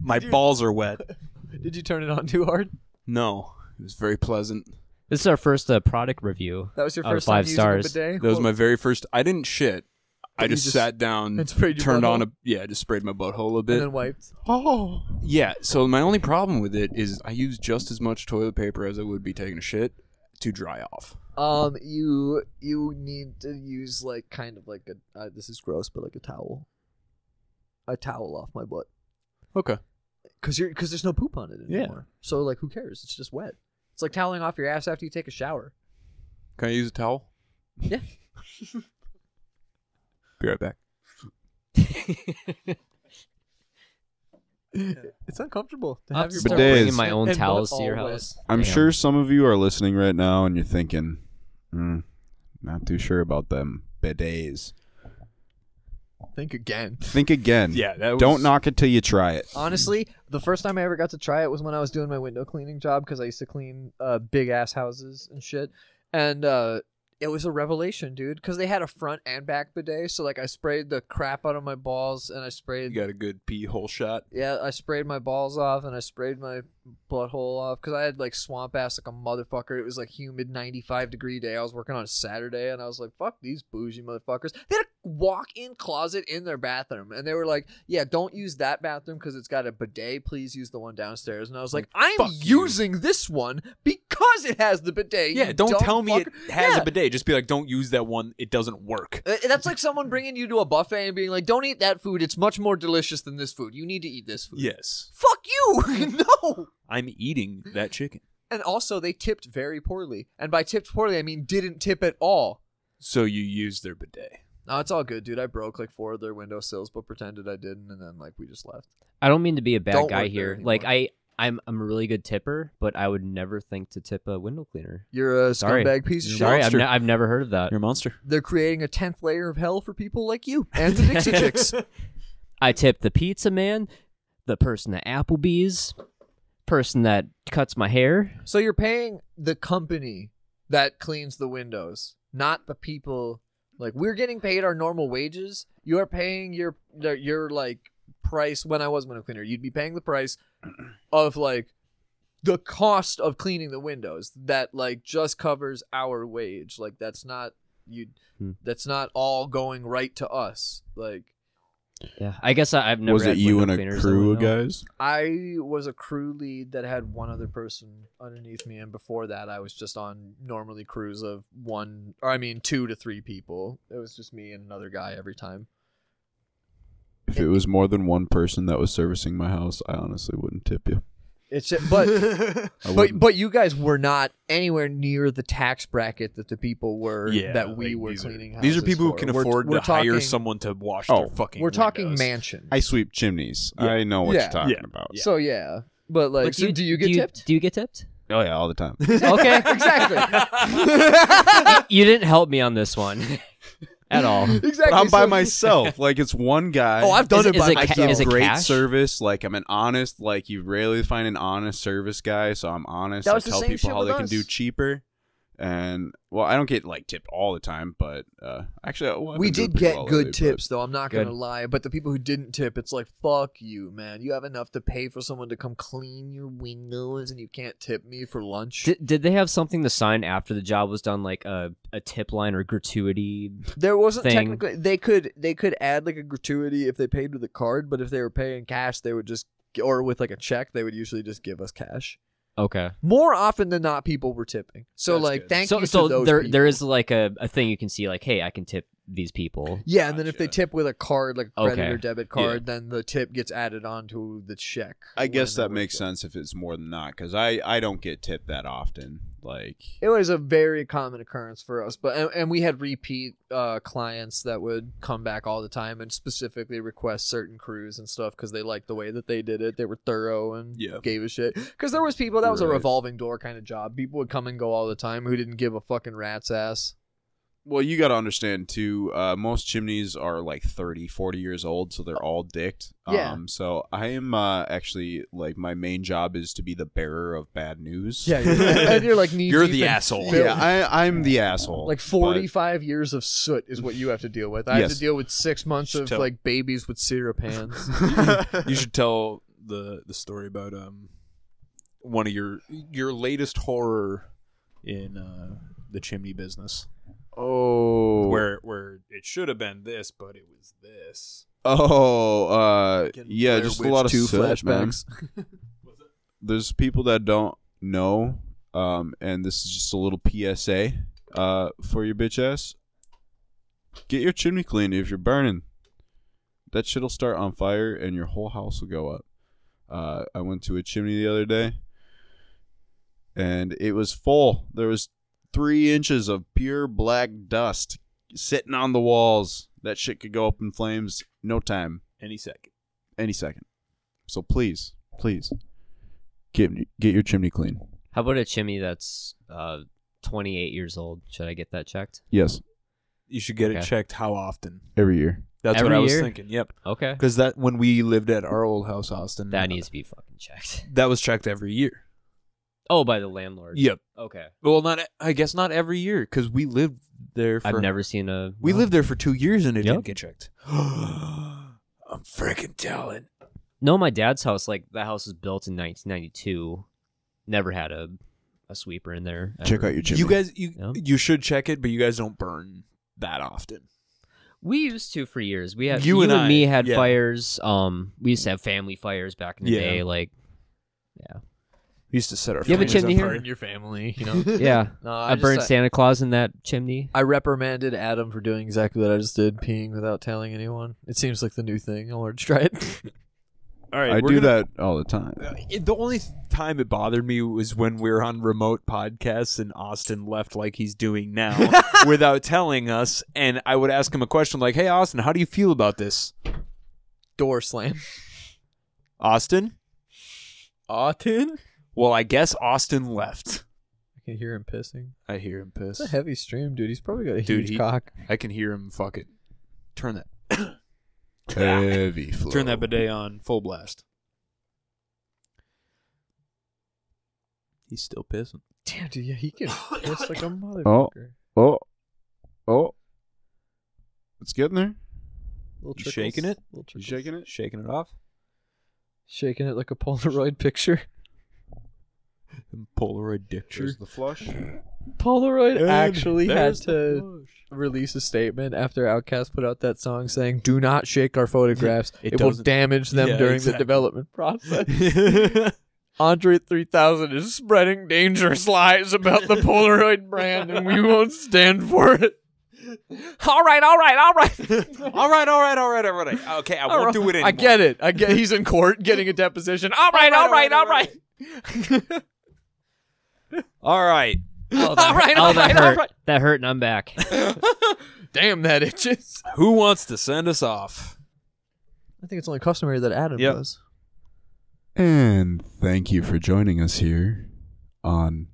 [SPEAKER 1] My balls are wet.
[SPEAKER 5] (laughs) Did you turn it on too hard?
[SPEAKER 1] No, it was very pleasant.
[SPEAKER 4] This is our first uh, product review.
[SPEAKER 5] That was your
[SPEAKER 4] Out of
[SPEAKER 5] first
[SPEAKER 4] Oh, five
[SPEAKER 5] time
[SPEAKER 4] stars.
[SPEAKER 5] using a bidet?
[SPEAKER 1] That was
[SPEAKER 5] Whoa.
[SPEAKER 1] my very first. I didn't shit. I
[SPEAKER 5] You
[SPEAKER 1] just,
[SPEAKER 5] just-
[SPEAKER 1] sat down,
[SPEAKER 5] and sprayed your
[SPEAKER 1] turned on
[SPEAKER 5] butthole?
[SPEAKER 1] a yeah, just sprayed my butthole a
[SPEAKER 5] and
[SPEAKER 1] bit.
[SPEAKER 5] then wiped.
[SPEAKER 3] Oh.
[SPEAKER 1] yeah, so my only problem with it is I use just as much toilet paper as I would be taking a shit to dry off.
[SPEAKER 5] Um, you you need to use like kind of like a uh, this is gross, but like a towel, a towel off my butt,
[SPEAKER 1] Okay.
[SPEAKER 5] cause you're cause there's no poop on it
[SPEAKER 1] Yeah.
[SPEAKER 5] anymore. So like, who cares? It's just wet. It's like toweling off your ass after you take a shower.
[SPEAKER 1] Can I use a towel?
[SPEAKER 5] Yeah.
[SPEAKER 1] (laughs) Be right back.
[SPEAKER 5] It's uncomfortable to
[SPEAKER 4] I'll
[SPEAKER 5] have your
[SPEAKER 4] start
[SPEAKER 5] butt
[SPEAKER 3] bidets.
[SPEAKER 4] bringing my own
[SPEAKER 5] and butt
[SPEAKER 4] towels to your
[SPEAKER 5] all wet.
[SPEAKER 4] house.
[SPEAKER 3] I'm
[SPEAKER 4] Damn.
[SPEAKER 3] sure some of you are listening right now and you're thinking, mm, not too sure about them bidets.
[SPEAKER 5] Think again. (laughs)
[SPEAKER 3] Think again.
[SPEAKER 1] Yeah, that was-
[SPEAKER 3] Don't knock it till you try it.
[SPEAKER 5] Honestly, the first time I ever got to try it was when I was doing my window cleaning job because I used to clean uh, big ass houses and shit. And uh, it was a revelation, dude, because they had a front and back bidet. So like, I sprayed the crap out of my balls, and I
[SPEAKER 1] You
[SPEAKER 5] sprayed
[SPEAKER 1] got a good pee hole shot.
[SPEAKER 5] yeah, I sprayed my balls off, and I sprayed my butthole off because I had like swamp ass like a motherfucker. It was like humid, ninety five degree day. I was working on a Saturday, and I was like, fuck these bougie motherfuckers. They had a walk in closet in their bathroom, and they were like, yeah, don't use that bathroom because it's got a bidet. Please use the one downstairs. And I was like, I'm
[SPEAKER 1] Fuck you.
[SPEAKER 5] using this one because it has the bidet.
[SPEAKER 1] Yeah,
[SPEAKER 5] you
[SPEAKER 1] don't
[SPEAKER 5] dumb
[SPEAKER 1] tell me
[SPEAKER 5] fucker."
[SPEAKER 1] it has
[SPEAKER 5] Yeah.
[SPEAKER 1] a bidet. Just be like, don't use that one. It doesn't work.
[SPEAKER 5] Uh, That's like someone bringing you to a buffet and being like, "Don't eat that food. It's much more delicious than this food. You need to eat this food."
[SPEAKER 1] Yes.
[SPEAKER 5] Fuck you! (laughs) no.
[SPEAKER 1] I'm eating that chicken.
[SPEAKER 5] And also, they tipped very poorly. And by tipped poorly, I mean didn't tip at all.
[SPEAKER 1] So you use their bidet.
[SPEAKER 5] No, it's all good, dude. I broke like four of their windowsills, but pretended I didn't, and then like we just left.
[SPEAKER 4] I don't mean to be a bad
[SPEAKER 5] Don't
[SPEAKER 4] guy
[SPEAKER 5] work there
[SPEAKER 4] here. Like
[SPEAKER 5] anymore.
[SPEAKER 4] I, I'm, I'm a really good tipper, but I would never think to tip a window cleaner.
[SPEAKER 5] You're a
[SPEAKER 4] Sorry.
[SPEAKER 5] scumbag piece of shit.
[SPEAKER 4] Sorry, I've,
[SPEAKER 1] monster.
[SPEAKER 4] ne- I've never heard of that.
[SPEAKER 1] a monster.
[SPEAKER 5] They're creating a tenth layer of hell for people like you and the Dixie Chicks.
[SPEAKER 4] I tip the pizza man, the person at Applebee's, person that cuts my hair.
[SPEAKER 5] So you're paying the company that cleans the windows, not the people. Like we're getting paid our normal wages. You are paying your their- your like price. When I was window cleaner, you'd be paying the price of like the cost of cleaning the windows that like just covers our wage. Like that's not you.
[SPEAKER 4] Hmm.
[SPEAKER 5] That's not all going right to us. Like
[SPEAKER 4] Yeah, I guess I, I've never.
[SPEAKER 3] Was it
[SPEAKER 4] had
[SPEAKER 3] you and
[SPEAKER 4] window
[SPEAKER 3] a
[SPEAKER 4] cleaners,
[SPEAKER 3] crew
[SPEAKER 4] I
[SPEAKER 3] of
[SPEAKER 4] don't know.
[SPEAKER 3] guys?
[SPEAKER 5] I was a crew lead that had one other person underneath me, and before that, I was just on normally crews of one, or I mean, two to three people. It was just me and another guy every time.
[SPEAKER 3] If it was more than one person that was servicing my house, I honestly wouldn't tip you.
[SPEAKER 5] It's
[SPEAKER 1] (laughs)
[SPEAKER 5] but
[SPEAKER 3] I
[SPEAKER 5] but
[SPEAKER 3] wouldn't.
[SPEAKER 5] but you guys were not anywhere near the tax bracket that the people were
[SPEAKER 1] Yeah,
[SPEAKER 5] that we
[SPEAKER 1] like,
[SPEAKER 5] were
[SPEAKER 1] these are-
[SPEAKER 5] cleaning.
[SPEAKER 1] These are
[SPEAKER 5] houses
[SPEAKER 1] people who
[SPEAKER 5] for.
[SPEAKER 1] can
[SPEAKER 5] We're-
[SPEAKER 1] afford
[SPEAKER 5] we're
[SPEAKER 1] to hire
[SPEAKER 5] talking-
[SPEAKER 1] someone to wash
[SPEAKER 3] Oh.
[SPEAKER 1] their fucking.
[SPEAKER 5] We're talking
[SPEAKER 1] windows.
[SPEAKER 5] mansion.
[SPEAKER 3] I sweep chimneys.
[SPEAKER 1] Yeah.
[SPEAKER 3] I know what
[SPEAKER 5] Yeah.
[SPEAKER 3] you're talking
[SPEAKER 1] Yeah.
[SPEAKER 3] about.
[SPEAKER 1] Yeah.
[SPEAKER 5] So yeah, but like, so do, you, get tipped? (laughs)
[SPEAKER 4] Do you get tipped?
[SPEAKER 3] Oh yeah, all the time.
[SPEAKER 4] Okay, you didn't help me on this
[SPEAKER 5] (laughs)
[SPEAKER 4] one at all.
[SPEAKER 5] exactly.
[SPEAKER 3] But I'm by
[SPEAKER 5] so-
[SPEAKER 3] myself. Like it's one guy.
[SPEAKER 5] Oh, I've done
[SPEAKER 4] Is
[SPEAKER 5] it,
[SPEAKER 4] it-
[SPEAKER 5] by
[SPEAKER 4] is it ca-
[SPEAKER 5] myself.
[SPEAKER 4] is it
[SPEAKER 3] great
[SPEAKER 4] cash?
[SPEAKER 3] service. Like I'm an honest. Like you rarely find an honest service guy, so I'm honest.
[SPEAKER 5] That was
[SPEAKER 3] I
[SPEAKER 5] the
[SPEAKER 3] tell
[SPEAKER 5] same
[SPEAKER 3] people
[SPEAKER 5] shit
[SPEAKER 3] how they
[SPEAKER 5] with
[SPEAKER 3] can do
[SPEAKER 5] us.
[SPEAKER 3] cheaper. And well, I don't get like tipped all the time, but uh, actually, oh, I've
[SPEAKER 5] we
[SPEAKER 3] been doing
[SPEAKER 5] did
[SPEAKER 3] pretty
[SPEAKER 5] get
[SPEAKER 3] well
[SPEAKER 5] good
[SPEAKER 3] lately, but-
[SPEAKER 5] tips though i'm not
[SPEAKER 4] Good.
[SPEAKER 5] gonna lie but the people who didn't tip it's like fuck you man you have enough to pay for someone to come clean your windows and you can't tip me for lunch
[SPEAKER 4] Did, did they have something to sign after the job was done, like a, a tip line or gratuity?
[SPEAKER 5] there wasn't
[SPEAKER 4] thing.
[SPEAKER 5] technically they could they could add like a gratuity if they paid with a card but if they were paying cash they would just or with like a check they would usually just give us cash
[SPEAKER 4] Okay.
[SPEAKER 5] more often than not people were tipping so
[SPEAKER 3] That's
[SPEAKER 5] like
[SPEAKER 3] good.
[SPEAKER 5] thank
[SPEAKER 4] so
[SPEAKER 5] you
[SPEAKER 4] so
[SPEAKER 5] to those
[SPEAKER 4] there
[SPEAKER 5] people.
[SPEAKER 4] there is like a, a thing you can see, like, hey, I can tip these people.
[SPEAKER 5] yeah, and then if they
[SPEAKER 3] Gotcha.
[SPEAKER 5] tip with a card, like a credit
[SPEAKER 4] Okay.
[SPEAKER 5] or debit
[SPEAKER 3] Yeah.
[SPEAKER 5] card, then the tip gets added onto the check.
[SPEAKER 3] I
[SPEAKER 5] when
[SPEAKER 3] guess that
[SPEAKER 5] they were
[SPEAKER 3] makes
[SPEAKER 5] tipped.
[SPEAKER 3] sense if it's more than not, because I I don't get tipped that often. Like
[SPEAKER 5] it was a very common occurrence for us but and, and we had repeat uh, clients that would come back all the time and specifically request certain crews and stuff because they liked the way that they did it they were thorough and
[SPEAKER 3] Yeah.
[SPEAKER 5] gave a shit because there was people that was a
[SPEAKER 3] Right.
[SPEAKER 5] revolving door kind of job people would come and go all the time who didn't give a fucking rat's ass
[SPEAKER 3] Well, you got to understand too. Uh, most chimneys are like 30, 40 years old, so they're all dicked.
[SPEAKER 5] Yeah.
[SPEAKER 3] Um, so I am uh, actually like my main job is to be the bearer of bad news.
[SPEAKER 5] (laughs)
[SPEAKER 3] (laughs)
[SPEAKER 5] and you're like knee
[SPEAKER 1] You're
[SPEAKER 5] deep
[SPEAKER 1] the
[SPEAKER 5] in
[SPEAKER 1] asshole.
[SPEAKER 5] filth.
[SPEAKER 3] yeah. I, I'm the asshole.
[SPEAKER 5] like
[SPEAKER 3] but-
[SPEAKER 5] 45 years of soot is what you have to deal with i have
[SPEAKER 3] Yes.
[SPEAKER 5] to deal with six months of
[SPEAKER 1] Tell-
[SPEAKER 5] like babies with syrup hands (laughs)
[SPEAKER 1] you should tell the the story about um one of your your latest horror in uh the chimney business
[SPEAKER 3] oh,
[SPEAKER 1] where where it should have been this but it was this
[SPEAKER 3] Oh, uh,
[SPEAKER 5] Fucking
[SPEAKER 3] (laughs) yeah,
[SPEAKER 5] Blair
[SPEAKER 3] just a
[SPEAKER 5] Witch
[SPEAKER 3] lot of
[SPEAKER 5] 2
[SPEAKER 3] soot, man.
[SPEAKER 5] flashbacks. (laughs)
[SPEAKER 3] There's people that don't know, um, and this is just a little PSA uh, for your bitch ass. Get your chimney clean if you're burning. That shit'll start on fire, and your whole house will go up. Uh, I went to a chimney the other day, and it was full. There was three inches of pure black dust sitting on the walls. That shit could go up in flames no time
[SPEAKER 1] any second
[SPEAKER 3] any second. So please, please get get your chimney clean.
[SPEAKER 4] How about a chimney that's uh, 28 years old? Should I get that checked?
[SPEAKER 3] Yes,
[SPEAKER 1] you should get it
[SPEAKER 4] Okay.
[SPEAKER 1] checked how often
[SPEAKER 3] every year.
[SPEAKER 1] that's what
[SPEAKER 4] Every
[SPEAKER 1] i was
[SPEAKER 4] year?
[SPEAKER 1] thinking yep (laughs)
[SPEAKER 4] Okay.
[SPEAKER 1] because that when we lived at our old house austin
[SPEAKER 4] That needs to be fucking checked. (laughs)
[SPEAKER 1] that was checked every year
[SPEAKER 4] Oh, by the landlord.
[SPEAKER 1] yep
[SPEAKER 4] Okay.
[SPEAKER 1] well not i guess not every year because we lived there for
[SPEAKER 4] I've never seen a.
[SPEAKER 1] we lived there for two years and it
[SPEAKER 4] Yep.
[SPEAKER 1] didn't get checked (gasps) i'm freaking telling
[SPEAKER 4] No, my dad's house, like that house was built in 1992. Never had a a sweeper in there.
[SPEAKER 3] Check
[SPEAKER 4] ever.
[SPEAKER 3] out your chimney.
[SPEAKER 1] You guys, you
[SPEAKER 4] Yeah.
[SPEAKER 1] you should check it, but you guys don't burn that often.
[SPEAKER 4] We used to for years. We had
[SPEAKER 1] You
[SPEAKER 4] you,
[SPEAKER 1] and
[SPEAKER 4] and,
[SPEAKER 1] I,
[SPEAKER 4] me had
[SPEAKER 1] yeah.
[SPEAKER 4] fires. Um, we used to have family fires back in the
[SPEAKER 1] Yeah.
[SPEAKER 4] day. Like,
[SPEAKER 1] We used to set our.
[SPEAKER 4] You have a
[SPEAKER 1] flames
[SPEAKER 4] chimney
[SPEAKER 1] on
[SPEAKER 4] here?
[SPEAKER 1] fire.
[SPEAKER 5] in your family
[SPEAKER 4] (laughs)
[SPEAKER 5] you know
[SPEAKER 4] yeah,
[SPEAKER 5] no, uh,
[SPEAKER 4] I, burned Santa Claus in that chimney.
[SPEAKER 5] I reprimanded Adam for doing exactly what I just did, peeing without telling anyone. It seems like the new thing. I'll just try it.
[SPEAKER 1] All right,
[SPEAKER 3] I
[SPEAKER 1] we're gonna-
[SPEAKER 3] do that all the time.
[SPEAKER 1] Uh, it- the only th- time it bothered me was when we were on remote podcasts and Austin left like he's doing (laughs) now without telling us. And I would ask him a question like, "Hey, Austin, how do you feel about this?"
[SPEAKER 5] (laughs) Door slam.
[SPEAKER 1] Austin,
[SPEAKER 5] Auten?
[SPEAKER 1] well, I guess Austin left.
[SPEAKER 5] I can hear him pissing.
[SPEAKER 1] I hear him piss.
[SPEAKER 5] It's a heavy stream, dude. He's probably got a
[SPEAKER 1] Dude,
[SPEAKER 5] huge
[SPEAKER 1] he-
[SPEAKER 5] cock.
[SPEAKER 1] I can hear him. Fuck it. Turn that.
[SPEAKER 3] (laughs) Heavy flow.
[SPEAKER 1] Turn that bidet on full blast. He's still pissing.
[SPEAKER 5] Damn, dude. Yeah,
[SPEAKER 4] (coughs)
[SPEAKER 5] he can piss like a motherfucker.
[SPEAKER 3] Oh, oh, it's getting there.
[SPEAKER 5] Little
[SPEAKER 1] You shaking
[SPEAKER 5] trickles.
[SPEAKER 1] it?
[SPEAKER 5] Little
[SPEAKER 3] You
[SPEAKER 5] trickles.
[SPEAKER 3] shaking it?
[SPEAKER 1] Shaking it off.
[SPEAKER 5] Shaking it like a Polaroid (laughs) picture.
[SPEAKER 1] Polaroid
[SPEAKER 3] There's the flush.
[SPEAKER 5] Polaroid actually had
[SPEAKER 1] there's
[SPEAKER 5] to release a statement after Outkast put out that song saying, Do not shake our photographs.
[SPEAKER 1] It
[SPEAKER 5] It, will
[SPEAKER 1] doesn't-
[SPEAKER 5] damage them
[SPEAKER 1] Yeah,
[SPEAKER 5] during
[SPEAKER 1] exactly.
[SPEAKER 5] the development process.
[SPEAKER 1] (laughs) flush.
[SPEAKER 5] Andre 3000 is spreading dangerous (laughs) lies about the Polaroid brand, and we won't stand for it. All right, all right, all right.
[SPEAKER 1] all right, all right, all right, all right. Okay, I won't do it anymore.
[SPEAKER 4] (laughs)
[SPEAKER 5] I get it. I get. He's in court getting a deposition. All right, all right, all right.
[SPEAKER 1] All right.
[SPEAKER 4] Oh, that,
[SPEAKER 5] Alright,
[SPEAKER 4] oh, that
[SPEAKER 5] alright,
[SPEAKER 4] hurt.
[SPEAKER 5] alright.
[SPEAKER 4] That hurt, and I'm back.
[SPEAKER 5] Damn, that itches.
[SPEAKER 1] Who wants to send us off?
[SPEAKER 5] I think it's only customary that Adam
[SPEAKER 1] Yep.
[SPEAKER 5] does.
[SPEAKER 3] And thank you for joining us here on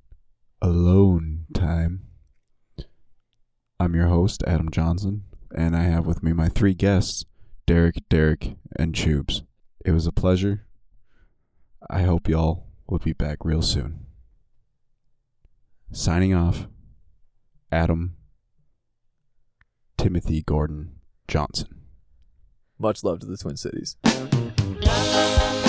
[SPEAKER 3] Alone Time. I'm your host, Adam Johnson, and I have with me my three guests, Derek, Derek, and Tubes. It was a pleasure. I hope y'all will be back real soon. Signing off, Adam Timothy Gordon Johnson.
[SPEAKER 5] Much love to the Twin Cities.
[SPEAKER 6] la, la, la, la.